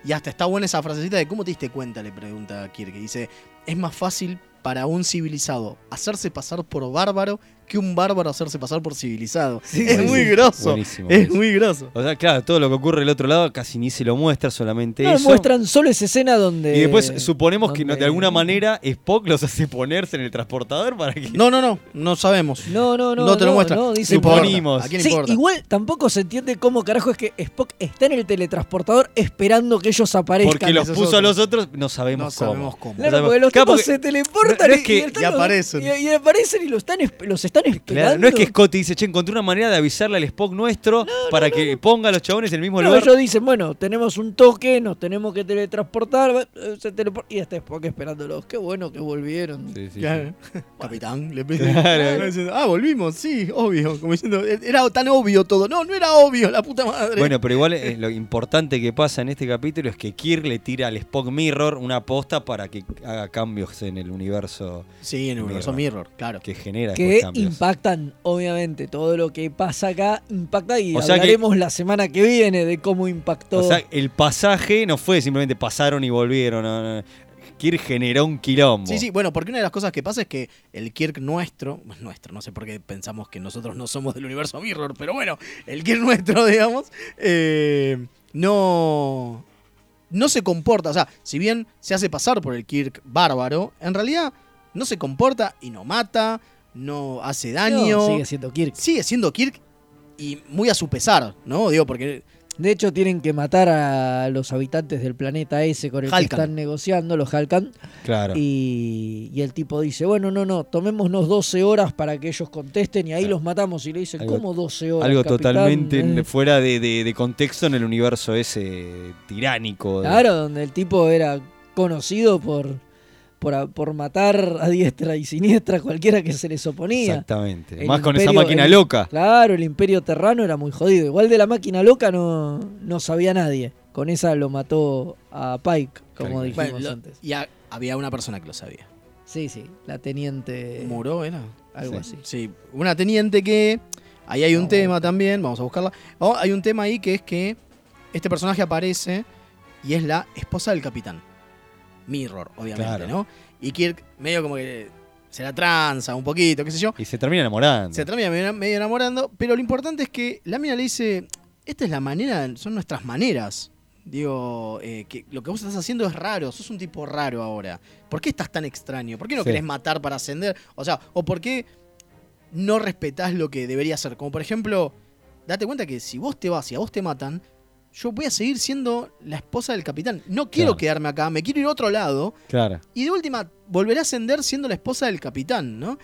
y hasta está buena esa frasecita de ¿cómo te diste cuenta? le pregunta a Kirk. y Dice, es más fácil para un civilizado hacerse pasar por bárbaro que un bárbaro hacerse pasar por civilizado. es buenísimo, muy grosso. buenísimo, es buenísimo. muy grosso. O sea, claro, todo lo que ocurre del otro lado casi ni se lo muestra, solamente No, eso. muestran solo esa escena donde... Eh, Y después suponemos que no- de donde- alguna manera Spock los hace ponerse en el transportador para que. No, no, no, no sabemos. No, no, no. No te lo muestra. No, dice- Suponimos. ¿A quién Sí, importa? igual tampoco se entiende cómo carajo es que Spock está en el teletransportador esperando que ellos aparezcan. Porque los Esos puso a otros. los otros, no sabemos No cómo. sabemos cómo. Claro, No sabemos- porque los Claro, tipos porque- se teleportan no es que- y, están y los- aparecen. Y, y aparecen y los están, esp- los están esperando. claro, no es que Scotty dice, che, encontré una manera de avisarle al Spock nuestro para que ponga a los chabones en el mismo No, lugar. ellos dicen, bueno, tenemos un toque, nos tenemos que teletransportar. va- eh, se telepor- y está Spock esperándolos. Qué bueno que Sí, volvieron. sí, sí. Claro. Capitán, le pide. Claro. Diciendo, Ah, volvimos, sí, obvio. Como diciendo, era tan obvio todo. No, no era obvio, la puta madre. Bueno, pero igual eh, lo importante que pasa en este capítulo es que Kirk le tira al Spock Mirror una aposta para que haga cambios en el universo. Sí, en el universo Mirror, claro. Que genera Que después cambios. impactan, obviamente, todo lo que pasa acá impacta y O sea que- hablaremos la semana que viene de cómo impactó. O sea, el pasaje no fue simplemente pasaron y volvieron. no, no, no. Kirk generó un quilombo. Sí, sí, bueno, porque una de las cosas que pasa es que el Kirk nuestro, nuestro, no sé por qué pensamos que nosotros no somos del universo Mirror, pero bueno, el Kirk nuestro, digamos, eh, no, no se comporta. O sea, si bien se hace pasar por el Kirk bárbaro, en realidad no se comporta y no mata, no hace daño. No, sigue siendo Kirk. Sigue siendo Kirk y muy a su pesar, ¿no? Digo, porque De hecho, tienen que matar a los habitantes del planeta ese con el que Halkan. están negociando, los Halkan. Claro. Y, y el tipo dice, bueno, no, no, tomémonos 12 horas para que ellos contesten y ahí los matamos. Y le dicen, Algo- ¿cómo 12 horas? Algo capitán? totalmente en- Eh, fuera de, de- de contexto en el universo ese tiránico. de- Claro, donde el tipo era conocido por, por, a- por matar a diestra y siniestra a cualquiera que se les oponía. Exactamente. El Más con esa imperio- máquina el- loca. Claro, el imperio terrano era muy jodido. Igual de la máquina loca no, no sabía nadie. Con esa lo mató a Pike, como dijimos bueno, lo- antes. y ha- había una persona que lo sabía. Sí, sí, la teniente. Muro era. Algo así. Sí, una teniente que. Ahí hay un Vamos. tema también, vamos a buscarla. Oh, hay un tema ahí que es que este personaje aparece y es la esposa del capitán. Mirror, obviamente, Claro. ¿no? Y Kirk medio como que se la tranza un poquito, qué sé yo. Y se termina enamorando. Se termina medio- medio enamorando, pero lo importante es que la mina le dice, esta es la manera, son nuestras maneras. Digo, eh, que lo que vos estás haciendo es raro, sos un tipo raro ahora. ¿Por qué estás tan extraño? ¿Por qué no Sí. querés matar para ascender? O sea, o por qué no respetás lo que debería ser. Como por ejemplo, date cuenta que si vos te vas y a vos te matan, yo voy a seguir siendo la esposa del capitán. No quiero Claro. quedarme acá, me quiero ir a otro lado. Claro. Y de última, volverá a ascender siendo la esposa del capitán, ¿no?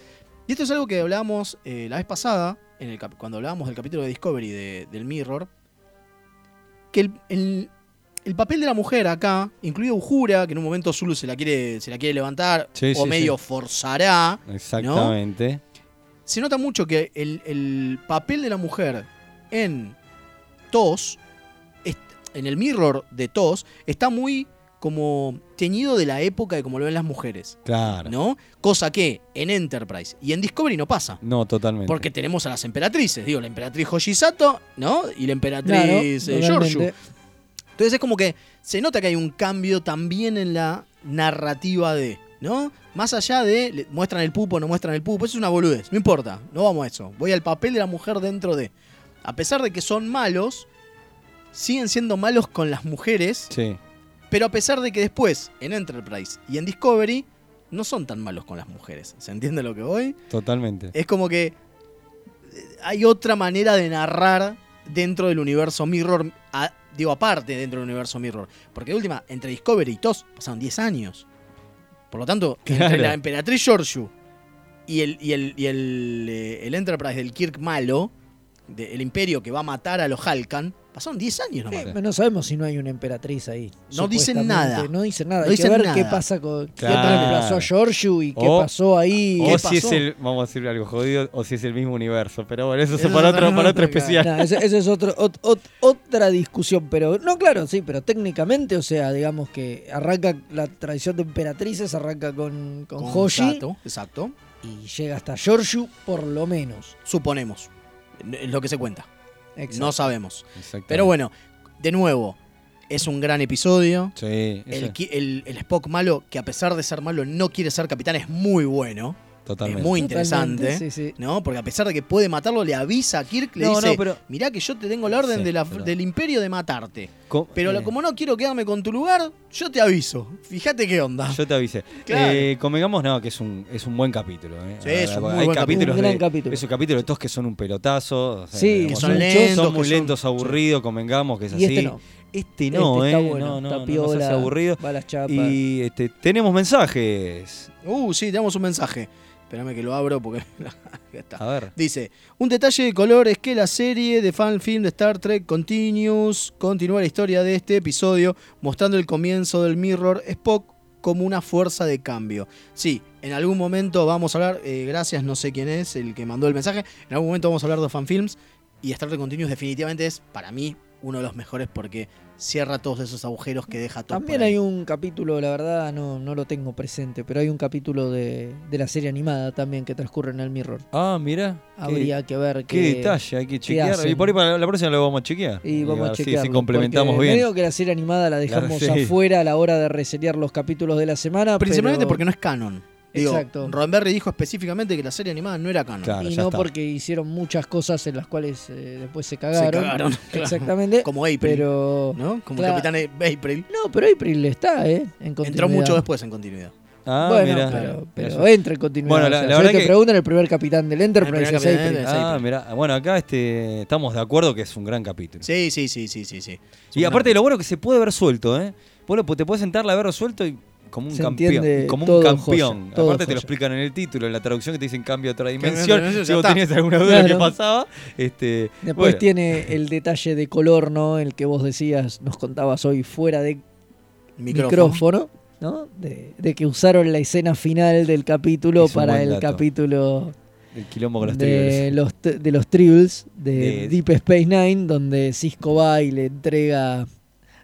Y esto es algo que hablábamos eh, la vez pasada, en el cap- cuando hablábamos del capítulo de Discovery de- del Mirror, que el, el- el papel de la mujer acá, incluido Ujura, que en un momento Zulu se la quiere, se la quiere levantar, Sí, o sí, medio sí. forzará, ¿no? Exactamente. Se nota mucho que el, el papel de la mujer en TOS, est- en el Mirror de TOS, está muy como teñido de la época de como lo ven las mujeres. Claro. No, ¿no? Cosa que en Enterprise y en Discovery no pasa. totalmente. Porque tenemos a las emperatrices, digo, la emperatriz Hojisato, ¿no? Y la Claro, emperatriz eh, totalmente. Giorgio. Entonces es como que se nota que hay un cambio también en la narrativa de, ¿no? Más allá de le- muestran el pupo, no muestran el pupo, eso es una boludez, no importa, no vamos a eso. Voy al papel de la mujer dentro de. A pesar de que son malos, siguen siendo malos con las mujeres, Sí. pero a pesar de que después en Enterprise y en Discovery no son tan malos con las mujeres, ¿se entiende lo que voy? Totalmente. Es como que hay otra manera de narrar dentro del universo Mirror, a- digo aparte dentro del universo Mirror. Porque de última, entre Discovery y TOS pasaron 10 años. Por lo tanto, entre Claro. la Emperatriz Georgiou y el, y el, y el, eh, el Enterprise del Kirk Malo, de- el imperio que va a matar a los Halkan, pasaron 10 años nomás. Pero No sabemos si no hay una emperatriz ahí. No dicen supuestamente. nada. No dicen nada. No Hay dicen que ver nada. qué pasa con. Claro. ¿Qué reemplazó a Giorgio y qué O- pasó ahí? O ¿Qué si es pasó? el, vamos a decir algo jodido, o si es el mismo universo. Pero bueno, eso es Eso para es otro, otra- para otro otra- especial. Nah, ese- esa es otro- ot- ot- otra discusión, pero no, claro, sí, pero técnicamente, o sea, digamos que arranca la tradición de emperatrices, arranca con, con, Con Joshi Sato, exacto. y llega hasta Giorgio, por lo menos. Suponemos. Es lo que se cuenta. Exacto. No sabemos. Pero bueno, de nuevo, es un gran episodio. Sí, El, ese- qui- el- el Spock malo, que a pesar de ser malo, no quiere ser capitán, es muy bueno. totalmente. Es muy interesante. Totalmente, sí, sí. ¿No? Porque a pesar de que puede matarlo, le avisa a Kirk, le No, dice: no, pero- Mirá que yo te tengo la orden Sí, de la- pero- del imperio de matarte. Co- Pero lo- eh, como no quiero quedarme con tu lugar, yo te aviso. Fíjate qué onda. Yo te avisé. Claro. Eh, convengamos, no, que es un, es un buen capítulo. eh. Sí, es un Porque muy hay buen capítulo. capítulos Un gran de, capítulo. Esos capítulos de todos que son un pelotazo. o sea, Sí, digamos, que son son lentos, Son muy que son- lentos, aburridos, convengamos que es así. Y este no. Este no, Este eh. está bueno, no, no, está no, no se piola, hace aburrido. va a las chapas. Y este, tenemos mensajes. Uh, sí, tenemos un mensaje. Espérame que lo abro porque. Acá está. A ver. Dice, un detalle de color es que la serie de fan film de Star Trek Continues continúa la historia de este episodio mostrando el comienzo del Mirror Spock como una fuerza de cambio. Sí, en algún momento vamos a hablar, eh, gracias, no sé quién es el que mandó el mensaje, en algún momento vamos a hablar de fan films y Star Trek Continues definitivamente es, para mí, uno de los mejores porque cierra todos esos agujeros que deja todo. También hay un capítulo, la verdad, no, no lo tengo presente, pero hay un capítulo de, de la serie animada también que transcurre en el Mirror. Ah, mira. Habría que ver Qué qué- detalle, hay que qué chequear. hacen. Y por ahí para la próxima lo vamos a chequear. Y vamos a ver si- chequear. Si complementamos bien. Medio que la serie animada la dejamos sí. afuera a la hora de resetear los capítulos de la semana. Principalmente pero- porque no es canon. Digo, Exacto. Roddenberry dijo específicamente que la serie animada no era canon. y no porque hicieron muchas cosas en las cuales eh, después se Se cagaron. cagaron. claro. Exactamente. Como April. Pero. ¿No? Como Claro. Capitán A- April. No, pero April está, ¿eh? En Entró continuidad. mucho después en continuidad. Ah, bueno, mirá. pero, pero Mirá, yo- entra en continuidad. Bueno, la, O sea, la si verdad te que. preguntan el primer capitán del Enterprise, primer es capitán April. del- Ah, April. mirá. Bueno, acá este, estamos de acuerdo que es un gran capítulo. Sí, sí, sí, sí, sí, sí. Y aparte lo bueno que se puede ver suelto, ¿eh? Vos lo- te puedes sentar a ver suelto y como un Se campeón. entiende Como un todo campeón. joya, aparte todo te joya. lo explican en el título, en la traducción que te dicen cambio a otra Cambio a otra dimensión. dimensión, Si ya vos está. tenías alguna duda de lo Claro. que pasaba, este. Después bueno. tiene el detalle de color, ¿no? El que vos decías, nos contabas hoy fuera de micrófono, ¿no? De, de que usaron la escena final del capítulo Es un para buen el dato. capítulo El quilombo con los de tribales. los, t- de los Tribbles de, De- Deep Space Nine, donde Cisco va y le entrega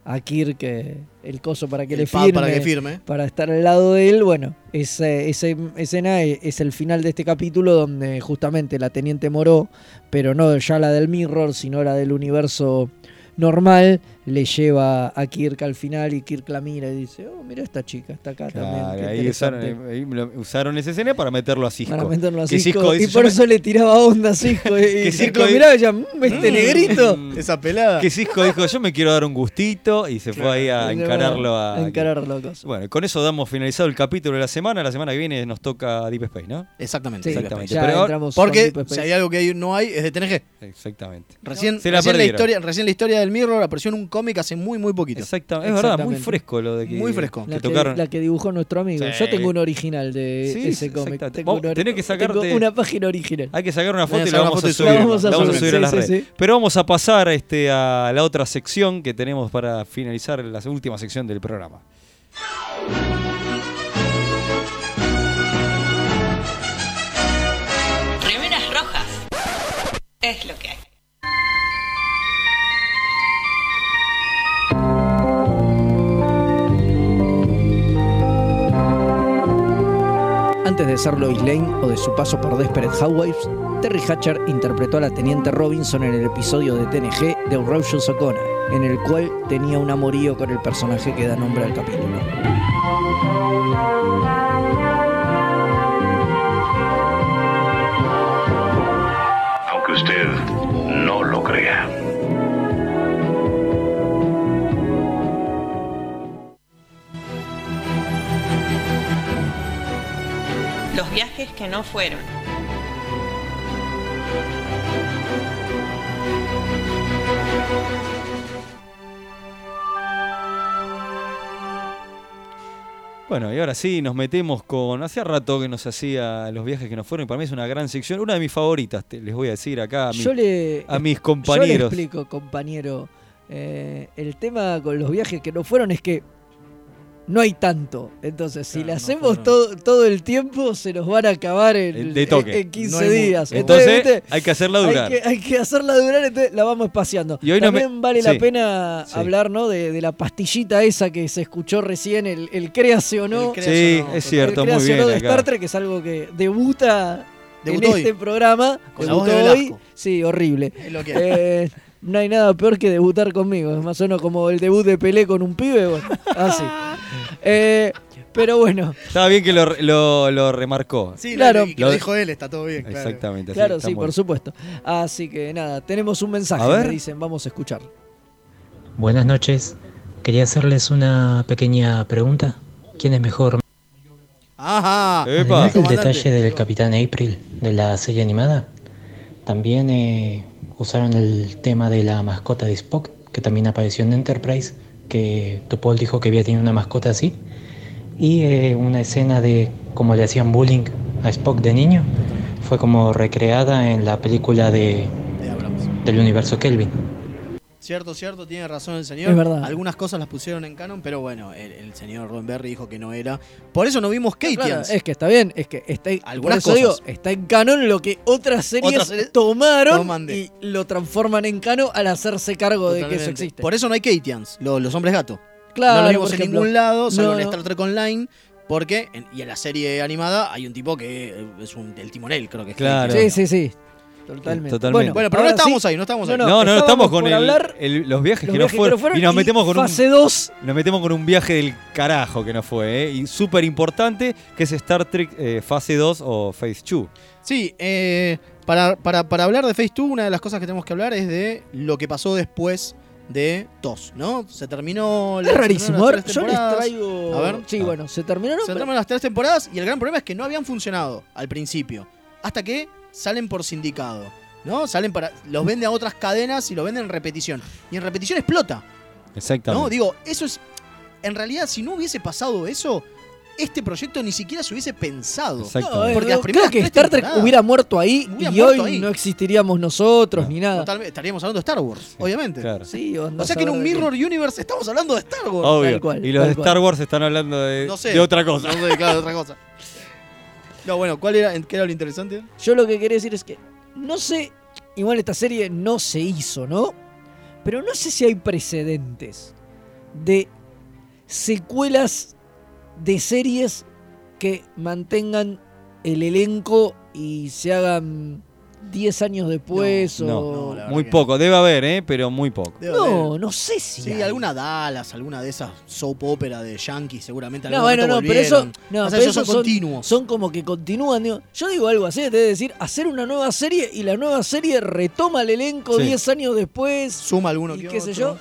a Kirk eh, el coso para que El le pad firme. para que firme. para estar al lado de él. Bueno, esa, esa escena e- es el final de este capítulo donde justamente la Teniente Moró, pero no ya la del Mirror, sino la del universo normal, le lleva a Kirk al final y Kirk la mira y dice, oh, mira esta chica, está acá también. Claro, qué ahí eh, interesante". usaron, ahí lo- usaron esa escena para meterlo a Cisco. Para meterlo a Que Cisco, y dice, "Yo por me- eso le tiraba onda a Cisco. eh, Y Que Cisco Cisco di- miraba y ya, "Mm, este negrito. Esa pelada. Que Cisco dijo, yo me quiero dar un gustito y se fue ahí a Bueno, encararlo a... a encararlo, cosa. Bueno, con eso damos finalizado el capítulo de la semana. La semana que viene nos toca Deep Space, ¿no? Exactamente. Sí, Exactamente. ya Pero ahora- entramos con Porque Deep Space. si hay algo que hay- no hay es de TNG. Exactamente. Recién, Se la recién la perdieron. historia, recién la historia del Mirror apareció en un cómic hace muy, muy poquito. Exactamente. Es verdad, muy Exactamente. fresco lo de que... Muy fresco. que La que, tocaron. la que dibujó nuestro amigo. Sí. Yo tengo un original de Sí, ese cómic. exactamente. Tengo Vos un ori- tenés que tengo sacarte- una página original. Hay que sacar una foto Voy a y la sacar una vamos, a foto y subir, la vamos a subir, a sí, las sí, redes. sí. Pero vamos a pasar este, a la otra sección que tenemos para finalizar la última sección del programa. Remeras rojas. Es lo que hay. Antes de ser Lois Lane o de su paso por Desperate Housewives, Terry Hatcher interpretó a la teniente Robinson en el episodio de TNG de Outrageous O'Connor, en el cual tenía un amorío con el personaje que da nombre al capítulo. Aunque usted no lo crea. Los viajes que no fueron. Bueno, y ahora sí, nos metemos con. Hacía rato que nos hacía los viajes que nos fueron, y para mí es una gran sección, una de mis favoritas, te- les voy a decir acá a, mis- yo le, a mis Yo le compañeros. explico, compañero. Eh, el tema con los viajes que no fueron es que no hay tanto. Entonces, si le hacemos todo, todo el tiempo, se nos van a acabar en, El de toque. en- en 15 No hay mu- días. Entonces, ¿viste? hay que hacerla durar. Hay que, hay que hacerla durar, entonces la vamos espaciando. Y hoy no También me- vale la sí, pena sí. hablar ¿no? de, de la pastillita esa que se escuchó recién, el, el créase o no. créase Sí, o no, es cierto, El muy créase o no bien de acá. Star Trek, que es algo que debuta Debutó en hoy. este programa. Con la voz de Debutó hoy. Velasco. Sí, horrible. Es lo que Eh, no hay nada peor que debutar conmigo. Es más o menos como el debut de Pelé con un pibe. Bueno, así. Eh, pero bueno, Estaba bien que lo, lo- lo remarcó. Sí, claro. Y que lo dijo él, está todo bien. claro. Exactamente. claro, está sí, muy por supuesto. Así que nada, tenemos un mensaje. A ver. me dicen, vamos a escuchar. Buenas noches. Quería hacerles una pequeña pregunta. ¿Quién es mejor? Ajá. Además del detalle del Capitán April de la serie animada, también eh, usaron el tema de la mascota de Spock, que también apareció en Enterprise, que Topol dijo que había tenido una mascota así, y eh, una escena de cómo le hacían bullying a Spock de niño, fue como recreada en la película de, del universo Kelvin. Cierto, cierto, tiene razón el señor. Es verdad. Algunas cosas las pusieron en canon, pero bueno, el, el señor Roddenberry dijo que no era. Por eso no vimos Claro, Katians. es que está bien, es que está, por Algunas eso cosas. digo, está en canon lo que otras series, Otras series tomaron toman de- y lo transforman en canon al hacerse cargo de que eso Totalmente. existe. Por eso no hay Katians, lo- los hombres gato. Claro, no lo vimos por en ejemplo. ningún lado, No, solo en no. Star Trek Online. Porque, en- y en la serie animada hay un tipo que eh, es un, el timonel, creo que es. Claro. Katian. Sí, sí, sí. Totalmente. Totalmente. Bueno, Bueno, pero no ahora estábamos sí. ahí, no estábamos ahí. No, no, no, estábamos estamos con por el- hablar el- los viajes los que no viajes que no fueron. fueron y nos y metemos con fase un. dos. Nos metemos con un viaje del carajo que no fue, ¿eh? Y súper importante, que es Star Trek eh, Fase 2 o Phase 2. Sí, eh, para, para- para hablar de Phase 2, una de las cosas que tenemos que hablar es de lo que pasó después de TOS, ¿no? Se terminó la Es rarísimo. las Ahora tres yo les temporadas. traigo. A ver. Ah. Sí, bueno, se terminaron. Se terminaron las tres temporadas y el gran problema es que no habían funcionado al principio. Hasta que salen por sindicado, ¿no? Salen para. Los vende a otras cadenas y los venden en repetición. Y en repetición explota. Exactamente. No, digo, eso es. En realidad, si no hubiese pasado eso, este proyecto ni siquiera se hubiese pensado. No, eh, Porque las creo primeras que tres Star Trek temporadas- hubiera muerto ahí Hubiera y muerto hoy ahí. no existiríamos nosotros ni nada. Totalmente, estaríamos hablando de Star Wars, obviamente. Sí, O sea que en un Mirror Universe estamos hablando de Star Wars. Obvio. y los de Star Wars están hablando Oh, de, No sé. de otra cosa. No sé, claro, de otra cosa. No, bueno, ¿cuál era, qué era lo interesante? Yo lo que quería decir es que no sé, igual esta serie no se hizo, ¿no? Pero no sé si hay precedentes de secuelas de series que mantengan el elenco y se hagan 10 años después No, o... muy poco, debe haber, ¿eh? Pero muy poco. Debe No, haber. no sé si Sí, hay. alguna Dallas, alguna de esas soap opera de Yankees, seguramente. en No, algún bueno, no, momento pero eso, volvieron. no, o sea, pero esos son, esos son, continuos. son como que continúan. digo, yo digo algo así, es decir, hacer una nueva serie y la nueva serie retoma el elenco Sí. 10 años después. Suma alguno y que qué sé otro. yo.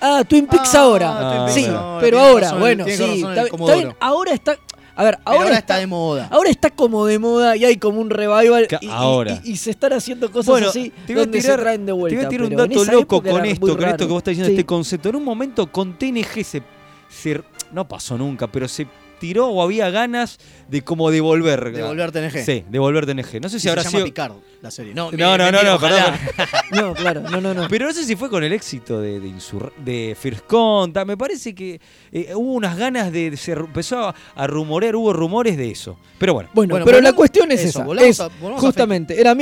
Ah, Twin Peaks Ah, ahora. Twin Peaks sí, ahora, pero tiene ahora, razón, bueno, tiene razón sí. el Está, bien, Comodoro. está bien, ahora está... A ver, Pero ahora, ahora está, Ah, está de moda. Ahora está como de moda y hay como un revival Que y, y- ahora. y- y se están haciendo cosas Bueno, así te voy a donde tirar- se traen de vuelta. Te voy a tirar un pero en dato esa loco época con era esto, muy con esto raro. que vos estás diciendo, Sí. este concepto. En un momento con TNG se, se- no pasó nunca, pero se tiró o había ganas de como devolver. Devolver TNG. Sí, devolver TNG. No sé Y si se habrá llama sido. Picard, la serie. no, No, me- no, no, mentira, no, ojalá. perdón. No, claro, no, no, no. Pero no sé si fue con el éxito de, de, Insur- de First Contact. Me parece que eh, hubo unas ganas de. Se ru- empezó a, a rumorear, hubo rumores de eso. Pero bueno. Bueno, pero la cuestión es eso, esa. volvamos es a- volvamos a justamente, era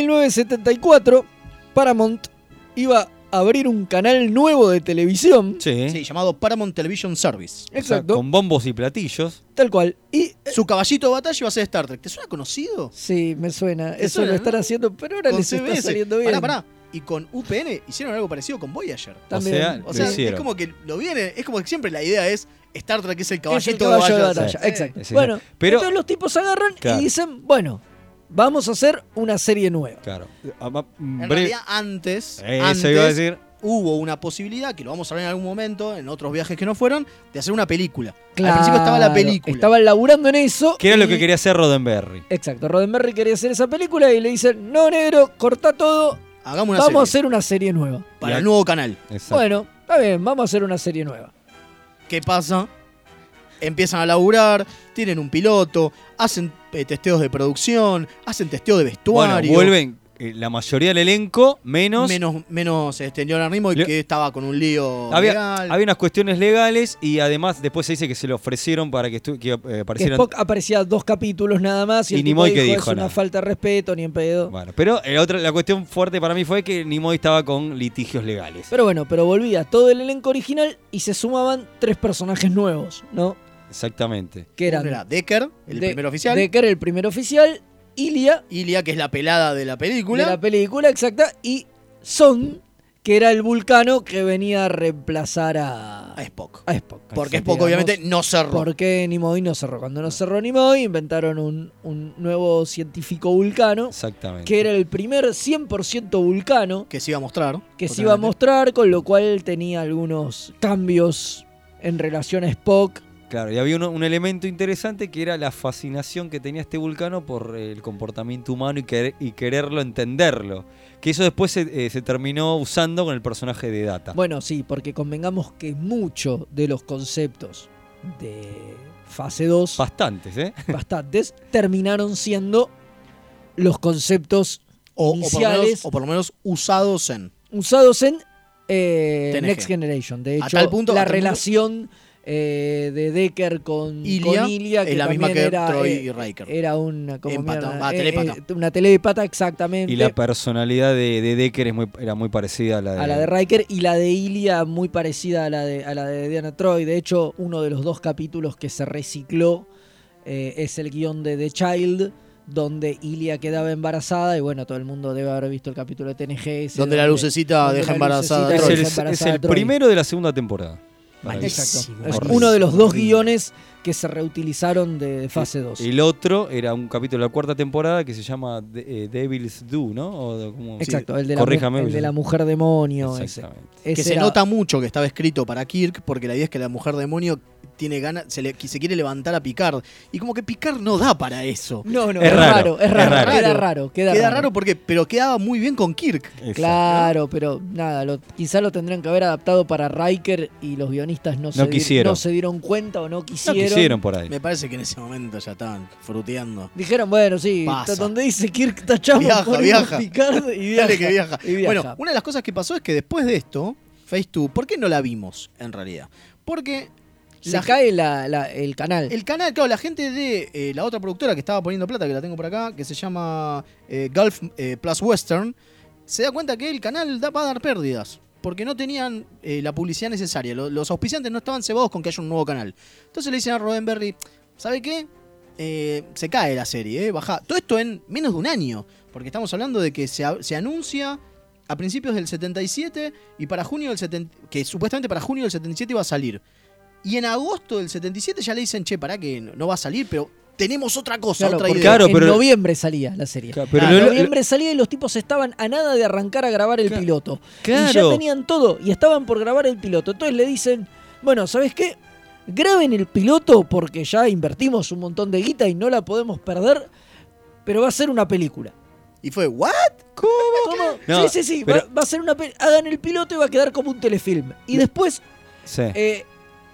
1974, Paramount iba a abrir un canal nuevo de televisión. Sí. Sí, llamado Paramount Television Service. O sea, Exacto. con bombos y platillos. Tal cual. Y Su caballito de batalla iba a ser Star Trek. ¿Te suena conocido? sí, me suena. ¿Te Eso suena, lo están no? haciendo, pero ahora Con les está CBS. saliendo bien. Pará, pará. Y con UPN hicieron algo parecido con Voyager. También. sea, O Lo sea, es hicieron. como que lo viene, es como que siempre la idea es Star Trek es el Es caballito el caballo de de batalla. batalla, Sí. Exacto. Sí. Bueno, Pero- entonces los tipos agarran Claro. y dicen, bueno, vamos a hacer una serie nueva. Claro. Ama- En bre- realidad, antes, Eh, eso antes iba a decir. hubo una posibilidad, que lo vamos a ver en algún momento, en otros viajes que no fueron, de hacer una película. Claro, Al principio estaba la película. Estaban laburando en eso. Que era lo y- que quería hacer Roddenberry. Exacto, Roddenberry quería hacer esa película y le dicen, no negro, corta todo, Hagamos una vamos a serie. hacer una serie nueva. Para el nuevo canal. Bueno, está bien, vamos a hacer una serie nueva. ¿Qué pasa? Empiezan a laburar, tienen un piloto, hacen eh, testeos de producción, hacen testeo de vestuario. Bueno, vuelven eh, la mayoría del elenco, menos. Menos, menos este, Leonard Nimoy, Le- que estaba con un lío había, legal. había unas cuestiones legales y además después se dice que se le ofrecieron para que, estu- que, eh, Que aparecieran. Spock aparecía dos capítulos nada más y, Y el Nimoy, tipo ¿qué dijo, dijo? es una Nada". falta de respeto, ni en pedo. Bueno, pero la, otra, la cuestión fuerte para mí fue que Nimoy estaba con litigios legales. Pero bueno, pero volvía todo el elenco original y se sumaban tres personajes nuevos, ¿no? Exactamente. Que eran Uno era Decker, el De- primer oficial. Decker, el primer oficial, Ilia, Ilia, que es la pelada de la película. de la película exacta, y Son, que era el vulcano que venía a reemplazar a, a Spock. A Spock. Porque Spock, obviamente, no cerró. Porque Nimoy no cerró. Cuando no cerró Nimoy, inventaron un, un nuevo científico vulcano, Exactamente. que era el primer 100% vulcano Que se iba a mostrar. que se iba a mostrar, con lo cual tenía algunos cambios en relación a Spock. Claro, y había uno- un, elemento interesante que era la fascinación que tenía este vulcano por eh, el comportamiento humano y, quer- y quererlo entenderlo. Que eso después se, eh, se terminó usando con el personaje de Data. Bueno, sí, porque convengamos que muchos de los conceptos de fase 2 Bastantes, ¿eh? bastantes, terminaron siendo los conceptos O, o por lo menos, iniciales o por lo menos usados en. usados en eh, TNG. Next Generation. De A hecho, tal punto- la a tal punto- relación eh, de Decker con Ilia con Ilia, es la misma también que Troy y era, eh, Riker. era una, como Empata- mierda, Eh, ah, telépata. una telépata, exactamente. Y la personalidad de, de Decker es muy, era muy parecida a la de, a la de Riker y la de Ilia muy parecida a la de, a la de Diana Troy. De hecho, uno de los dos capítulos que se recicló eh, es el guión de The Child, donde Ilia quedaba embarazada y bueno, todo el mundo debe haber visto el capítulo de TNG. ese Donde la lucecita deja embarazada a lucecita Es Troy. el, deja es embarazada a el Troy. primero de la segunda temporada. Exacto. Malísimo, Es horrible. uno de los dos guiones que se reutilizaron de fase 2. El otro era un capítulo de la cuarta temporada que se llama De- eh, Devil's Do, ¿no? O de- ¿cómo? Exacto, Sí. el de la, mu- Corríjame, el de la mujer demonio. Ese. Exactamente. que Ese se era- nota mucho que estaba escrito para Kirk, porque la idea es que la mujer demonio tiene ganas, se, le- que se quiere levantar a Picard. Y como que Picard no da para eso. No, no, Es es raro, raro, es raro, queda raro, queda raro. porque, pero quedaba muy bien con Kirk. Claro, pero nada, lo, quizá lo tendrían que haber adaptado para Riker y los guionistas no, se, di- quisieron. no se dieron cuenta o no No quisieron. quisieron. quisieron por ahí. Me parece que en ese momento ya estaban fruteando. Dijeron, bueno, sí, Pasa. ta- donde dice Kirk tachamos, Viaja, ponemos viaja. Picard y viaja. Dale que viaja. y viaja. Bueno, una de las cosas que pasó es que después de esto, Phase 2, ¿por qué no la vimos en realidad? Porque se la cae la- la- el canal. El canal, claro, la gente de eh, la otra productora que estaba poniendo plata, que la tengo por acá, que se llama eh, Gulf eh, Plus Western, se da cuenta que el canal da, va a dar pérdidas. Porque no tenían eh, la publicidad necesaria. Lo- Los, auspiciantes no estaban cebados con que haya un nuevo canal. Entonces le dicen a Roddenberry, ¿sabe qué? Eh, se cae la serie, eh, baja. Todo esto en menos de un año. Porque estamos hablando de que se, a- se anuncia a principios del 77 y para junio del 70, que supuestamente para junio del 77 iba a salir. Y en agosto del 77 ya le dicen, che, pará que no no va a salir, pero tenemos otra cosa, Claro, otra porque idea. en noviembre salía la serie. pero en lo- lo- noviembre salía y los tipos estaban a nada de arrancar a grabar el piloto. Y ya claro. tenían todo y estaban por grabar el piloto. Entonces le dicen, bueno, ¿sabes qué? Graben el piloto porque ya invertimos un montón de guita y no la podemos perder, pero va a ser una película. Y fue, ¿what? ¿Cómo? sí, No, sí, sí, pero- va, va a ser una película. Hagan el piloto y va a quedar como un telefilm. Y después Sí. eh,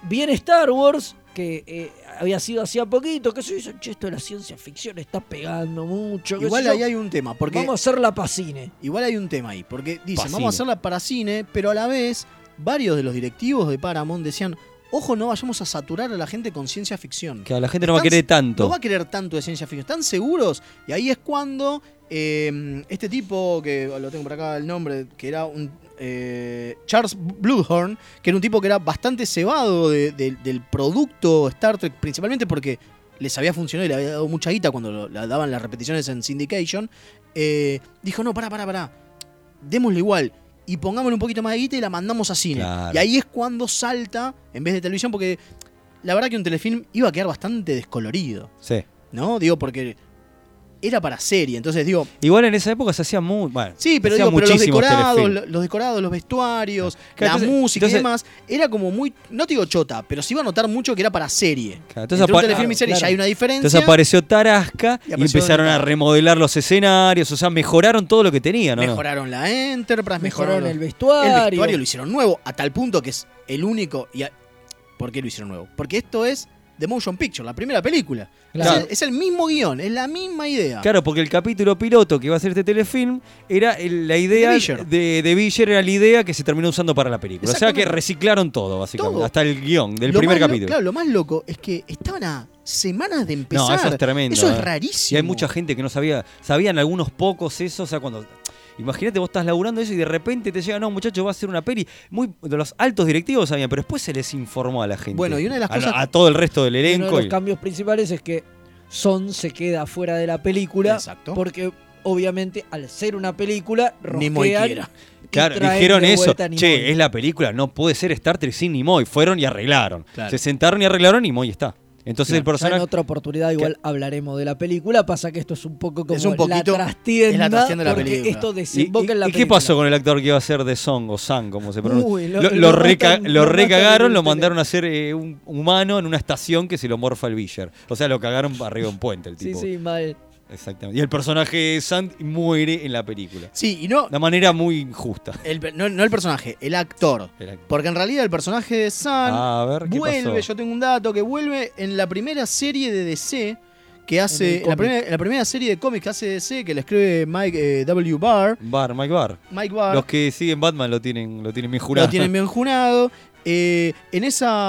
viene Star Wars, que eh, había sido hacía poquito, que se dice, che, esto de la ciencia ficción está pegando mucho. qué Igual sé yo. ahí hay un tema, porque Vamos a hacerla para cine. igual hay un tema ahí, porque dicen, Pa' vamos a cine. hacerla para cine, pero a la vez varios de los directivos de Paramount decían, ojo, no vayamos a saturar a la gente con ciencia ficción. Que a la gente no va a Están- querer tanto. No va a querer tanto de ciencia ficción. ¿Están seguros? Y ahí es cuando eh, este tipo, que lo tengo por acá el nombre, que era un. eh, Charles Bluehorn, que era un tipo que era bastante cebado de- de- del producto Star Trek, principalmente porque les había funcionado y le había dado mucha guita cuando lo- la daban las repeticiones en Syndication. eh, dijo: No, pará, pará, pará, démosle igual y pongámosle un poquito más de guita y la mandamos a cine. Claro. Y ahí es cuando salta en vez de televisión, porque la verdad que un telefilm iba a quedar bastante descolorido. Sí. ¿No? Digo, porque era para serie. Entonces digo, Igual en esa época se hacía muy. Bueno, sí, pero, se este hacían digo, pero los muchísimos decorados, telefilms. lo- los decorados, los vestuarios, Claro, la entonces- música y entonces- demás, era como muy, no te digo chota, pero se iba a notar mucho que era para serie. Claro, entonces Entre un apa- telefilm y serie claro. ya hay una diferencia. Entonces apareció Tarasca Y y, apareció empezaron a Tarasca. remodelar los escenarios, o sea, mejoraron todo lo que tenían, ¿no? Mejoraron la Enterprise, mejoraron, Mejoraron el los- vestuario. El vestuario lo hicieron nuevo, a tal punto que es el único. Y a- ¿Por qué lo hicieron nuevo? Porque esto es The Motion Picture, la primera película. Claro. Es, el, es el mismo guión, es la misma idea. Claro, porque el capítulo piloto que iba a ser este telefilm era el- la idea De Villar. de, de Villar, era la idea que se terminó usando para la película. O sea que Exactamente. reciclaron todo, básicamente, Todo. hasta el guión del Lo primer más lo- capítulo. claro, lo más loco es que estaban a semanas de empezar. No, eso es tremendo. Eso es ¿eh? Y rarísimo. hay mucha gente que no sabía, sabían algunos pocos eso, o sea, cuando... Imagínate, vos estás laburando eso y de repente te llega, no, muchacho, va a hacer una peli. Muy, de los altos directivos sabían, pero después se les informó a la gente. Bueno, y una de las A- cosas- A, todo el resto del Y Uno elenco. de y- los cambios principales es que Son se queda fuera de la película. Exacto. Porque obimoy obviamente al ser una película, Nimoy rosquean quiera. y Claro, traen dijeron de eso. vuelta a Nimoy. Che, es la película, no puede ser Star Trek sin Nimoy. Fueron y arreglaron. Claro. Se sentaron y arreglaron y Nimoy está. Entonces Claro, el ya personaje... En otra oportunidad igual hablaremos de la película. Pasa que esto es un poco como Es un poquito- la trastienda. es la trastienda de la porque película. esto ¿Y, desemboca y- en la y qué película. pasó con el actor que iba a ser de Song o San, como se pronuncia? Uy, lo- lo, lo lo reca- matan- lo lo matan recagaron, en lo el mandaron a ser eh, un humano en una estación que se lo morfa el Villar. O sea, lo cagaron arriba de un puente el Sí, este tipo. sí, mal. Exactamente. Y el personaje de Sand muere en la película. Sí, y no. De una manera muy injusta. El pe- no, no el personaje, el actor. El actor. Porque en realidad el personaje de San Ah, a ver, ¿qué vuelve, pasó? yo tengo un dato, que vuelve en la primera serie de DC que hace. el En la, cómic. primera, en la primera serie de cómics que hace DC, que la escribe Mike eh, W. Barr. Bar, Mike Bar. Mike Ah. Barr. Los que siguen Batman lo tienen, lo tienen bien jurado. Lo tienen bien junado. Eh, en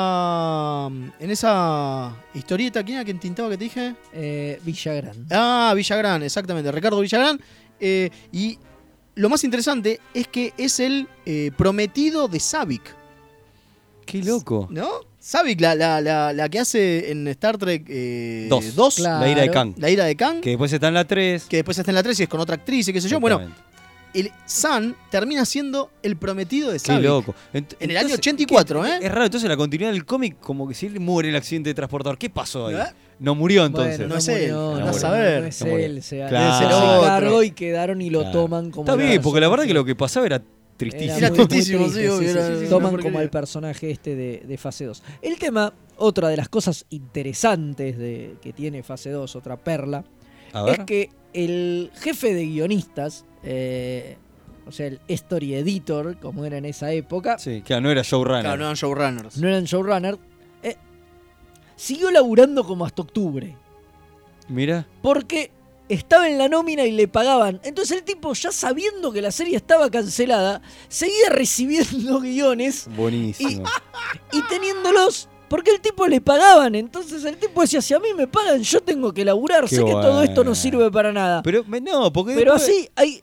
esa. En esa historieta, ¿quién era que entintaba que te dije? Eh, Villagrán. Ah, Villagrán, exactamente, Ricardo Villagrán. Eh, y lo más interesante es que es el eh, prometido de Savick, Qué loco. ¿no? Savick, la, la, la, la que hace en Star Trek eh, Dos. dos, La ira de Kang. La ira de Kang, Que después está en la 3. que después está en la 3 y es con otra actriz y qué sé yo. Bueno, el San termina siendo el prometido de Qué Savick. loco. En el año 84, ¿eh? Es raro, entonces la continuidad del cómic, como que si él muere en el accidente de transportador, ¿qué pasó ahí? ¿Eh? No murió entonces. Bueno, no No es murió, él, no, andá a saber. no es No murió. él, se Claro. se Debe ser hacen otro. cargo y quedaron y lo toman como Está el bien, porque la verdad personaje. que lo que pasaba era tristísimo. Era muy- muy tristísimo, triste, sí, sí, obvio, sí, era sí, sí. una Toman porquería. como al personaje este de, de fase 2. El tema, otra de las cosas interesantes de, que tiene fase 2, otra perla, A ver. es que el jefe de guionistas, eh, o sea, el story editor, como era en esa época, Sí, claro, no era showrunner. Claro, no eran showrunners. no eran showrunner, eh, siguió laburando como hasta octubre. Mira, Porque estaba en la nómina y le pagaban. Entonces el tipo, ya sabiendo que la serie estaba cancelada, seguía recibiendo guiones buenísimo. y teniéndolos porque el tipo le pagaban. Entonces el tipo decía, si a mí me pagan, yo tengo que laburar. Qué sé que todo esto bueno. no sirve para nada. Pero, Pero me- no, porque. después- así hay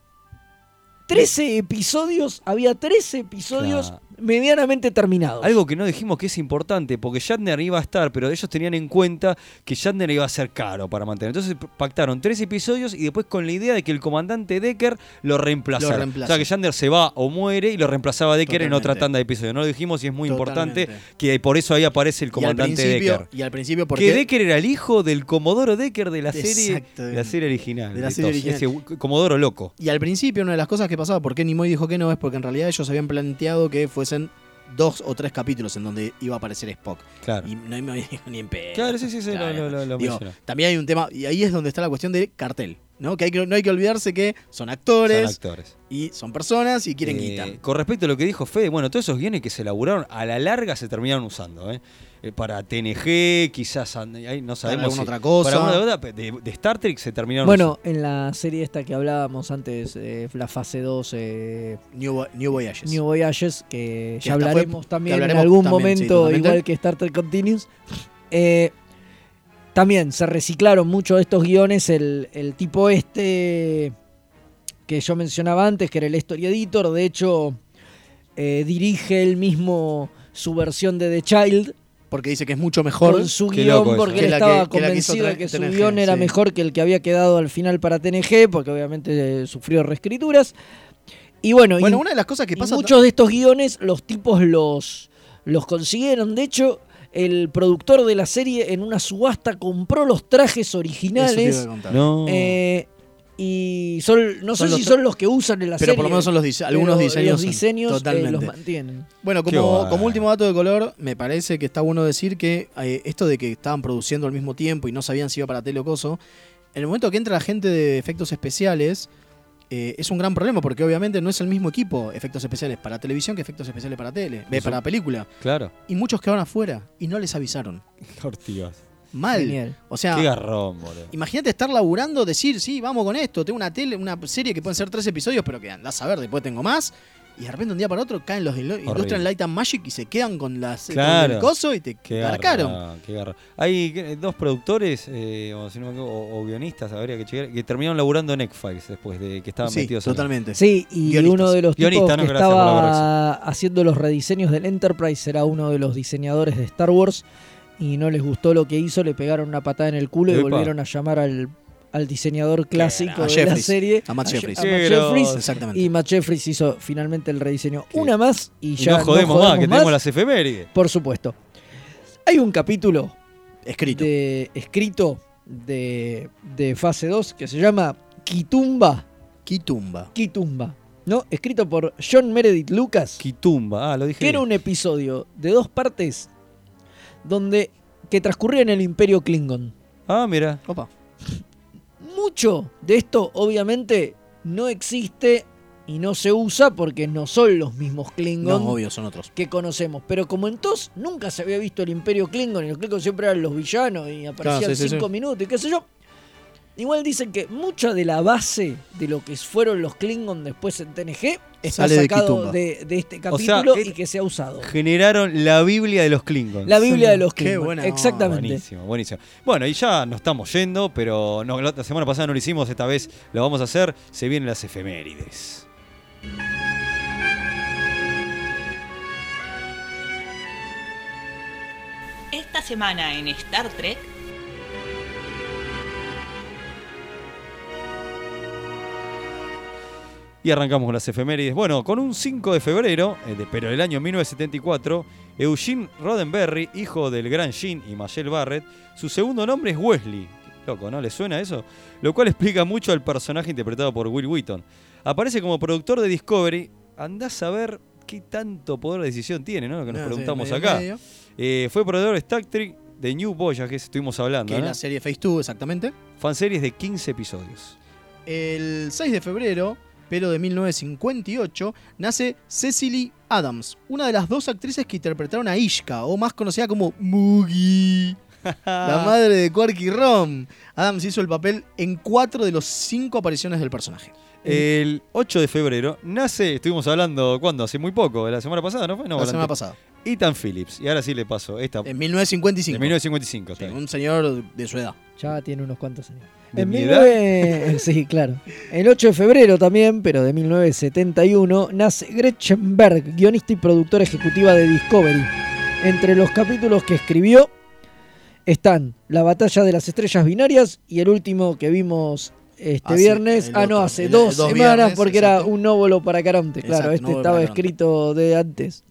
13 episodios, había 13 episodios Claro. medianamente terminados. Algo que no dijimos que es importante, porque Shatner iba a estar, pero ellos tenían en cuenta que Shatner iba a ser caro para mantener. Entonces p- pactaron tres episodios y después con la idea de que el comandante Decker lo Lo reemplazara. reemplaza. o sea, que Shatner se va o muere y lo reemplazaba Decker en otra Totalmente. tanda de episodios. No lo dijimos y es muy importante Totalmente. que por eso ahí aparece el Y al comandante principio, Decker. y al principio porque Que Decker era el hijo del Comodoro Decker de la serie, Exactamente. de la serie original. De la de serie todos. original. Ese u- Comodoro loco. Y al principio una de las cosas que pasaba, por qué Nimoy dijo que no, es porque en realidad ellos habían planteado que fuesen dos o tres capítulos en donde iba a aparecer Spock. Claro. Y no me dijo ni en pedo. Claro, sí, sí, sí, lo- lo- lo- lo Digo, mencionó. También hay un tema, y ahí es donde está la cuestión de cartel, ¿no? Que, hay que no hay que olvidarse que son actores Son actores. y son personas y quieren Eh, guita. Con respecto a lo que dijo Fede, bueno, todos esos guiones que se elaboraron a la larga se terminaron usando. ¿eh? Eh, para TNG, quizás, and- ahí no sabemos. si- alguna otra cosa. Para alguna otra cosa, de, de Star Trek se terminaron Bueno, usando. en la serie esta que hablábamos antes, eh, la fase 2, eh, New, Vo- New Voyages. New Voyages, que Que ya hasta fue- hablaremos que también hablaremos en algún también, sí, momento, totalmente. igual que Star Trek Continues. Eh, también se reciclaron mucho de estos guiones. El, el tipo este que yo mencionaba antes, que era el Story Editor, de hecho, eh, dirige él mismo su versión de The Child Porque dice que es mucho mejor. con su Qué guión loco eso. porque Que él la estaba que- que la que hizo convencido de tra- que su TNG, guión era sí. mejor que el que había quedado al final para TNG, porque obviamente eh, sufrió reescrituras. Y bueno, y- Bueno, una de las cosas que y pasa muchos de estos guiones los tipos los, los consiguieron. De hecho, el productor de la serie en una subasta compró los trajes originales. Eso te iba a contar. No. Eh, y son, no Son sé los si tra- son los que usan en la Pero serie. por lo menos son los dise- algunos pero diseños Los son- diseños eh, los totalmente. mantienen. Bueno, Qué como, guay. como último dato de color, me parece que está bueno decir que eh, esto de que estaban produciendo al mismo tiempo y no sabían si iba para tele o coso, en el momento que entra la gente de efectos especiales, eh, es un gran problema porque obviamente no es el mismo equipo efectos especiales para televisión que efectos especiales para tele, ve, Eso- para película. Claro. Y muchos quedaron afuera y no les avisaron. Ortigas. Mal. Genial. O sea, Qué garrón, boludo. Imagínate estar laburando, decir, sí, vamos con esto, tengo una tele, una serie que pueden ser tres episodios, pero que andás a ver, después tengo más. Y de repente un día para otro caen los de Ilo- Industrial Light and Magic y se quedan con las con Claro. el coso y te Qué marcaron. garrón, qué garrón. Hay eh, dos productores, eh, o, si no me equivoco, o- o guionistas, habría que chequear, que terminaron laburando en X-Files después de que estaban Sí, metidos. en la- totalmente. Sí, y uno de los tipos Guionista, no, que gracias por la estaba haciendo los rediseños del Enterprise era uno de los diseñadores de Star Wars y no les gustó lo que hizo, le pegaron una patada en el culo y Epa. volvieron a llamar al, al diseñador clásico A de la Jeffries, serie. a Matt Je- Jeffries. a Qué Matt grosso. Jeffries, Exactamente. y Matt Jeffries hizo finalmente el rediseño. Una más y Y ya no jodemos más, que tenemos las efemérides. Por supuesto. Hay un capítulo escrito de, escrito de, de fase 2 que se llama Quitumba. Quitumba. Quitumba. ¿No? Escrito por John Meredith Lucas. Quitumba, ah, lo dije. Que era bien. un episodio de dos partes donde que transcurría en el Imperio Klingon. Ah, mira. Opa. Mucho de esto obviamente no existe y no se usa porque no son los mismos No, Klingon obvio, son otros. que conocemos. Pero como entonces nunca se había visto el Imperio Klingon y los Klingon siempre eran los villanos y aparecían sí, sí, cinco sí. minutos y qué sé yo. Igual dicen que mucha de la base de lo que fueron los Klingon después en TNG está Sale de sacado Quitumba. de, de este O sea, capítulo es- y que se ha usado. Generaron la Biblia de los Klingons. La Biblia de los Qué Klingon. buena Exactamente. Buenísimo, buenísimo. Bueno, y ya nos estamos yendo, pero no, la otra semana pasada no lo hicimos, esta vez lo vamos a hacer. Se vienen las efemérides. Esta semana en Star Trek, Y arrancamos con las efemérides. Bueno, con un 5 de febrero, eh, de- pero del año 1974, Eugene Roddenberry, hijo del gran Gene y Michelle Barrett, su segundo nombre es Wesley. Loco, ¿no? ¿Le suena eso? Lo cual explica mucho al personaje interpretado por Will Wheaton. Aparece como productor de Discovery. Andás a ver qué tanto poder de decisión tiene, ¿no? Lo que nos Ah, sí, preguntamos medio, acá. medio. Eh, fue productor de Star Trek, de New Voyages, estuvimos hablando, Que ¿no? la serie Phase 2, exactamente. Fanseries de 15 episodios. El 6 de febrero, pero de 1958, nace Cecily Adams, una de las dos actrices que interpretaron a Ishka, o más conocida como Moogie, la madre de Quark y Rom. Adams hizo el papel en cuatro de los cinco apariciones del personaje. El 8 de febrero nace, estuvimos hablando, ¿cuándo? Hace muy poco, la semana pasada, ¿no fue? No, La semana antes. pasada. Ethan Phillips, y ahora sí le paso esta. En 1955. De 1955, está Sí, bien. un señor de su edad. Ya tiene unos cuantos años. ¿De En mi 19 Sí, claro. El 8 de febrero también, pero de 1971, nace Gretchen Berg, guionista y productora ejecutiva de Discovery. Entre los capítulos que escribió están La batalla de las estrellas binarias y el último que vimos este Hace viernes. el Ah, no, otro, hace el- dos, dos semanas viernes, porque era exacto. un óvulo para Caronte. Claro, Exacto, este Nóvolo estaba para Caronte. escrito de antes.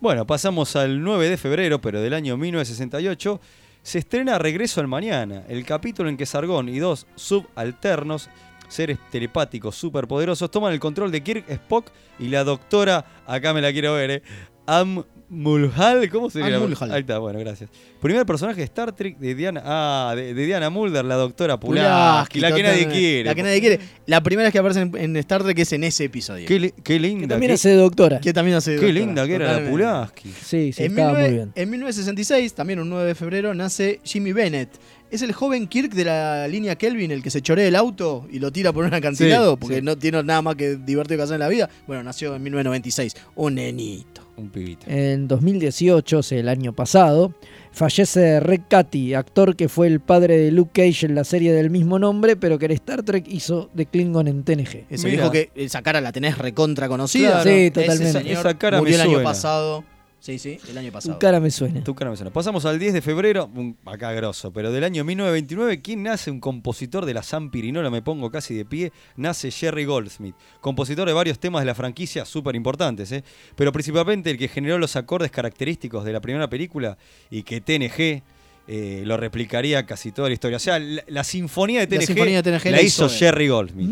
Bueno, pasamos al 9 de febrero, pero del año 1968. Se estrena Regreso al Mañana, el capítulo en que Sargón y dos subalternos, seres telepáticos superpoderosos, toman el control de Kirk, Spock y la doctora, acá me la quiero ver, eh, Am Mulhall, ¿cómo se Ann llama? Mulhall. Ahí está, bueno, gracias. Primer personaje de Star Trek de Diana, ah, de, de Diana Mulder, la doctora Pulaski, Pulaski, la que nadie totalmente. quiere. La que nadie quiere. La primera vez que aparece en, en Star Trek es en ese episodio. Qué, li- qué linda. también qué- hace de doctora. Que también hace de Qué doctora, linda que era la totalmente. Pulaski. Sí, sí, en, estaba 19 muy bien. en 1966, también un 9 de febrero, nace Jimmy Bennett. Es el joven Kirk de la línea Kelvin, el que se chorea el auto y lo tira por un acantilado, Sí, porque sí. no tiene nada más que divertido que hacer en la vida. Bueno, nació en 1996. Un nenito. Un pibito. En 2018, o sea, el año pasado, fallece Red Catty, actor que fue el padre de Luke Cage en la serie del mismo nombre, pero que en Star Trek hizo de Klingon en TNG. Ese viejo que esa cara la tenés recontra conocida. Claro. Sí, Ese totalmente. señor Esa cara me murió el año suena. pasado. Sí, sí, el año pasado. Tu cara me suena. Tu cara me suena. Pasamos al 10 de febrero, un- acá grosso, pero del año 1929, ¿quién nace? Un compositor de la San Pirinola, me pongo casi de pie, nace Jerry Goldsmith. Compositor de varios temas de la franquicia, súper importantes, ¿eh? pero principalmente el que generó los acordes característicos de la primera película y que TNG... eh, lo replicaría casi toda la historia. O sea, la, la sinfonía de La TNG, sinfonía de TNG la, la hizo hizo, él. Jerry Goldsmith.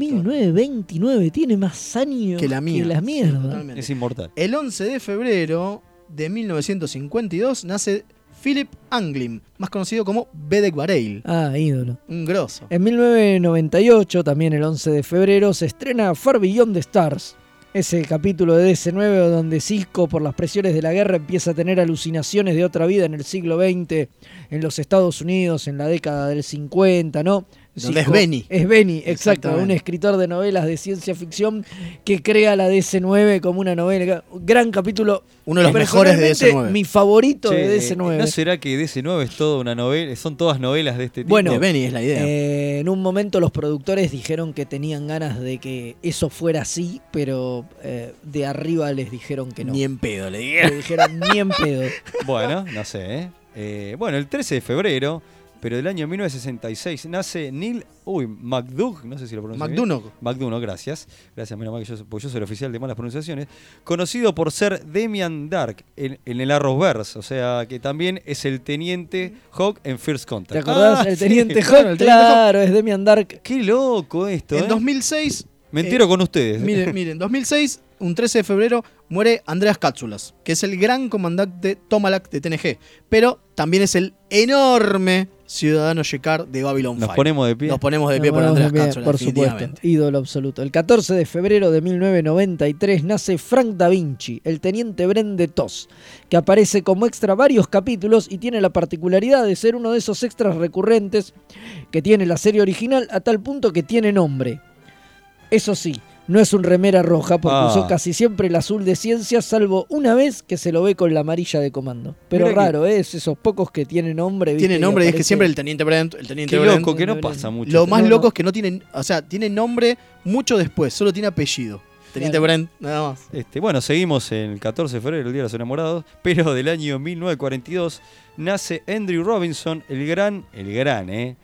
1929 tiene más años Que la mía. Sí, mierda. totalmente. Es inmortal. El 11 de febrero de 1952 nace Philip Anglim, más conocido como Bedek Bareil. Ah, ídolo. Un grosso. En 1998, también el 11 de febrero, se estrena Far Beyond the Stars. Ese capítulo de DC9 donde Cisco, por las presiones de la guerra, empieza a tener alucinaciones de otra vida en el siglo XX, en los Estados Unidos, en la década del 50, ¿no? Donde es Cisco- Benny. Es Benny, exacto. Exactamente. Un escritor de novelas de ciencia ficción que crea la DC9 como una novela. Gran capítulo. Eh, Uno de los mejores de Personalmente, DC9. Mi favorito Che, de eh, DC9. ¿No será que DC9 es toda una novela? Son todas novelas de este tipo. Bueno, eh, en un momento los productores dijeron que tenían ganas de que eso fuera así, pero eh, de arriba les dijeron que no. Ni en pedo, le Le dije. dijeron ni en pedo. Bueno, no sé, ¿eh? Eh, Bueno, el 13 de febrero, pero del año 1966, nace Neil. Uy, McDoug, no sé si lo pronuncio. bien. McDonough. McDonough, gracias. Gracias, menos mal que yo, porque yo soy el oficial de malas pronunciaciones. Conocido por ser Demian Dark en, en el Arrowverse, o sea, que también es el teniente Hawk en First ¿Te Contact. acordás? Ah, el sí. teniente Hawk, claro, es Demian Dark. Qué loco esto, En ¿eh? 2006. Me entero eh, con ustedes. Miren, miren, 2006, un 13 de febrero, muere Andreas Cápsulas, que es el gran comandante Tomalak de TNG, pero también es el enorme ciudadano Shekar de Babylon Nos 5. ponemos de pie. Nos ponemos de Nos pie por ponemos de Andreas pie, Cápsulas, por supuesto, definitivamente. ídolo absoluto. El 14 de febrero de 1993 nace Frank Da Vinci, el teniente Brende Tos, que aparece como extra varios capítulos y tiene la particularidad de ser uno de esos extras recurrentes que tiene la serie original a tal punto que tiene nombre. Eso sí, no es un remera roja porque Ah. usó casi siempre el azul de ciencia, salvo una vez que se lo ve con la amarilla de comando. Pero Mirá que- raro, ¿eh? es esos pocos que tienen nombre. ¿viste? Tiene nombre y es que aparece- siempre el teniente Brent, el teniente Qué Brent. loco, que no pasa mucho. Lo más No, loco no. es que no tiene, o sea, tiene nombre mucho después, solo tiene apellido. Teniente Brent, nada más. Este, bueno, seguimos en el 14 de febrero, el Día de los Enamorados, pero del año 1942 nace Andrew Robinson, el gran, el gran, ¿eh?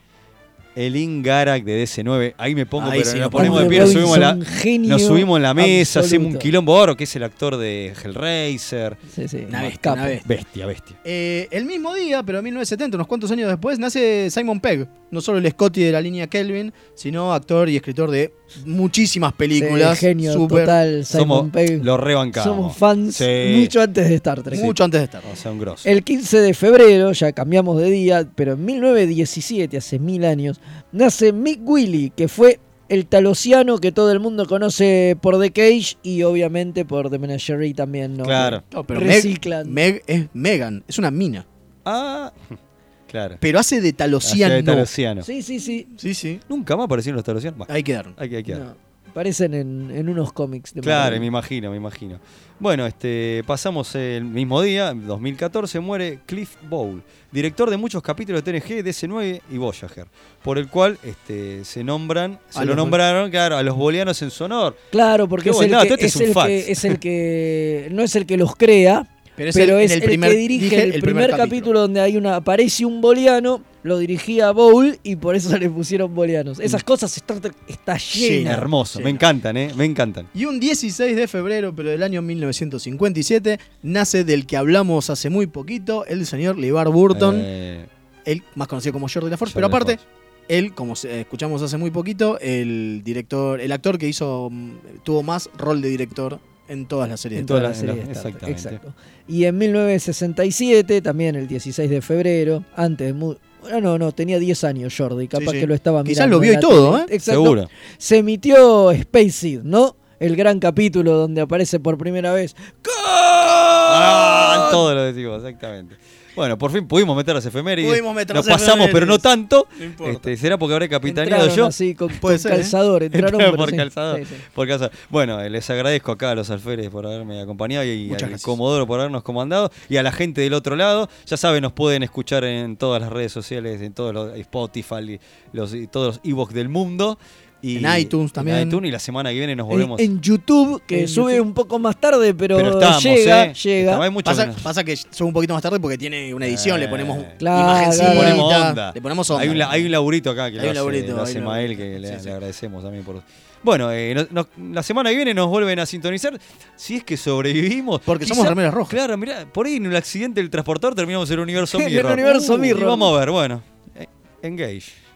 El Ingarak de DC9. Ahí me pongo, Ahí pero sí, nos nos ponemos de ponemos. pie, nos subimos, a la, Robinson, genio nos subimos en la mesa, absoluto. hacemos un quilombo oro, que es el actor de Hellraiser. Sí, sí, Una más bestia, capo. una bestia. Bestia, bestia. Eh, el mismo día, pero en 1970, unos cuantos años después, nace Simon Pegg. No solo el Scotty de la línea Kelvin, sino actor y escritor de muchísimas películas. Sí, genio Súper- total, Simon Somos, Pegg. lo rebancamos. Somos fans Sí. mucho Eh, antes de Star Trek. Mucho antes de estar. O sea, un grosso. El 15 de febrero, ya cambiamos de día, pero en 1917, hace mil años, nace Mick Willy, que fue el talosiano que todo el mundo conoce por The Cage y obviamente por The Menagerie también, ¿no? Claro. No, pero Meg, Reciclan. Meg es Megan, es una mina. Ah, claro. Pero hace de talosiano. Hacia Talosiano. Sí, sí, sí. Sí, sí. Nunca más aparecieron los Talosianos. Bah, Ahí quedaron. hay que, hay que No, Aparecen en, en unos cómics. de Claro, Marvel. me imagino, me imagino. Bueno, este, pasamos el mismo día, en 2014, muere Cliff Bowl, director de muchos capítulos de TNG, DC9 y Voyager, por el cual este, se nombran, se A lo los bol- nombraron, claro, a los bolianos en su honor. Claro, porque Qué es, buen el dato, que, este es es un el fact. que- es el que- no es el que los crea, Pero pero es es, el- el, en el primer- que dirige dije, el primer, capítulo. donde hay una aparece un boliano, lo dirigía Bowl y por eso le pusieron bolianos. Esas cosas Star Trek está Llena. llena. Hermoso, Mm. Sí, me no. encantan, ¿eh? Me encantan. Y un 16 de febrero, pero del año 1957, nace del que hablamos hace muy poquito, el señor LeVar Burton, Eh, el más conocido como Jordi LaForge, Jordi pero aparte, LaForge. él, como se- escuchamos hace muy poquito, el director, el actor que hizo, mm, tuvo más rol de director en todas las series. En de toda Star todas la las- serie en de las- Star Trek, exactamente. Exacto. Y en 1967, también el 16 de febrero, antes de... mu- No, no, no, tenía 10 años Jordi, capaz sí. que lo estaba Quizás mirando. lo vio en y la todo, tele. ¿eh? Exacto. Seguro. se emitió Space Seed, ¿no? El gran capítulo donde aparece por primera vez. ¡Oh! Ah, todo lo decimos, exactamente. Bueno, por fin pudimos meter las efemérides. Pudimos meter Nos las pasamos, pero no efemérides. tanto. No importa. Este, será porque habré capitaneado Entraron yo. así, con, Puede con ser, ¿eh? calzador. Entraron Entró pero por sí, calzador. sí, sí. por calzador. Bueno, eh, les agradezco acá a los alférez por haberme acompañado y Muchas al gracias. Comodoro por habernos comandado y a la gente del otro lado. Ya saben, nos pueden escuchar en todas las redes sociales, en todos los Spotify, los, y todos los e del mundo. Y, En iTunes también. En iTunes y la semana que viene nos En, volvemos. en YouTube, que En sube YouTube. un poco más tarde, pero, Pero estamos, llega, ¿eh? llega. Estamos, hay mucho pasa, menos. Eh. pasa que sube un poquito más tarde porque tiene una edición, le ponemos Claro, imagencita, claro. Le ponemos onda. le ponemos onda. Hay un, la- hay un laburito acá que Hay lo un hace, laburito, lo hay hace un Mael, laburito. que le, Sí, le sí. agradecemos también por... Bueno, eh, no- no- la semana que viene nos vuelven a sintonizar, si es que sobrevivimos. Porque somos remeras rojas. Claro, mirá, por ahí en el accidente del transportador terminamos en el universo En el Mirror. Uh, universo Y Mirror. vamos a ver, bueno. eh, Engage.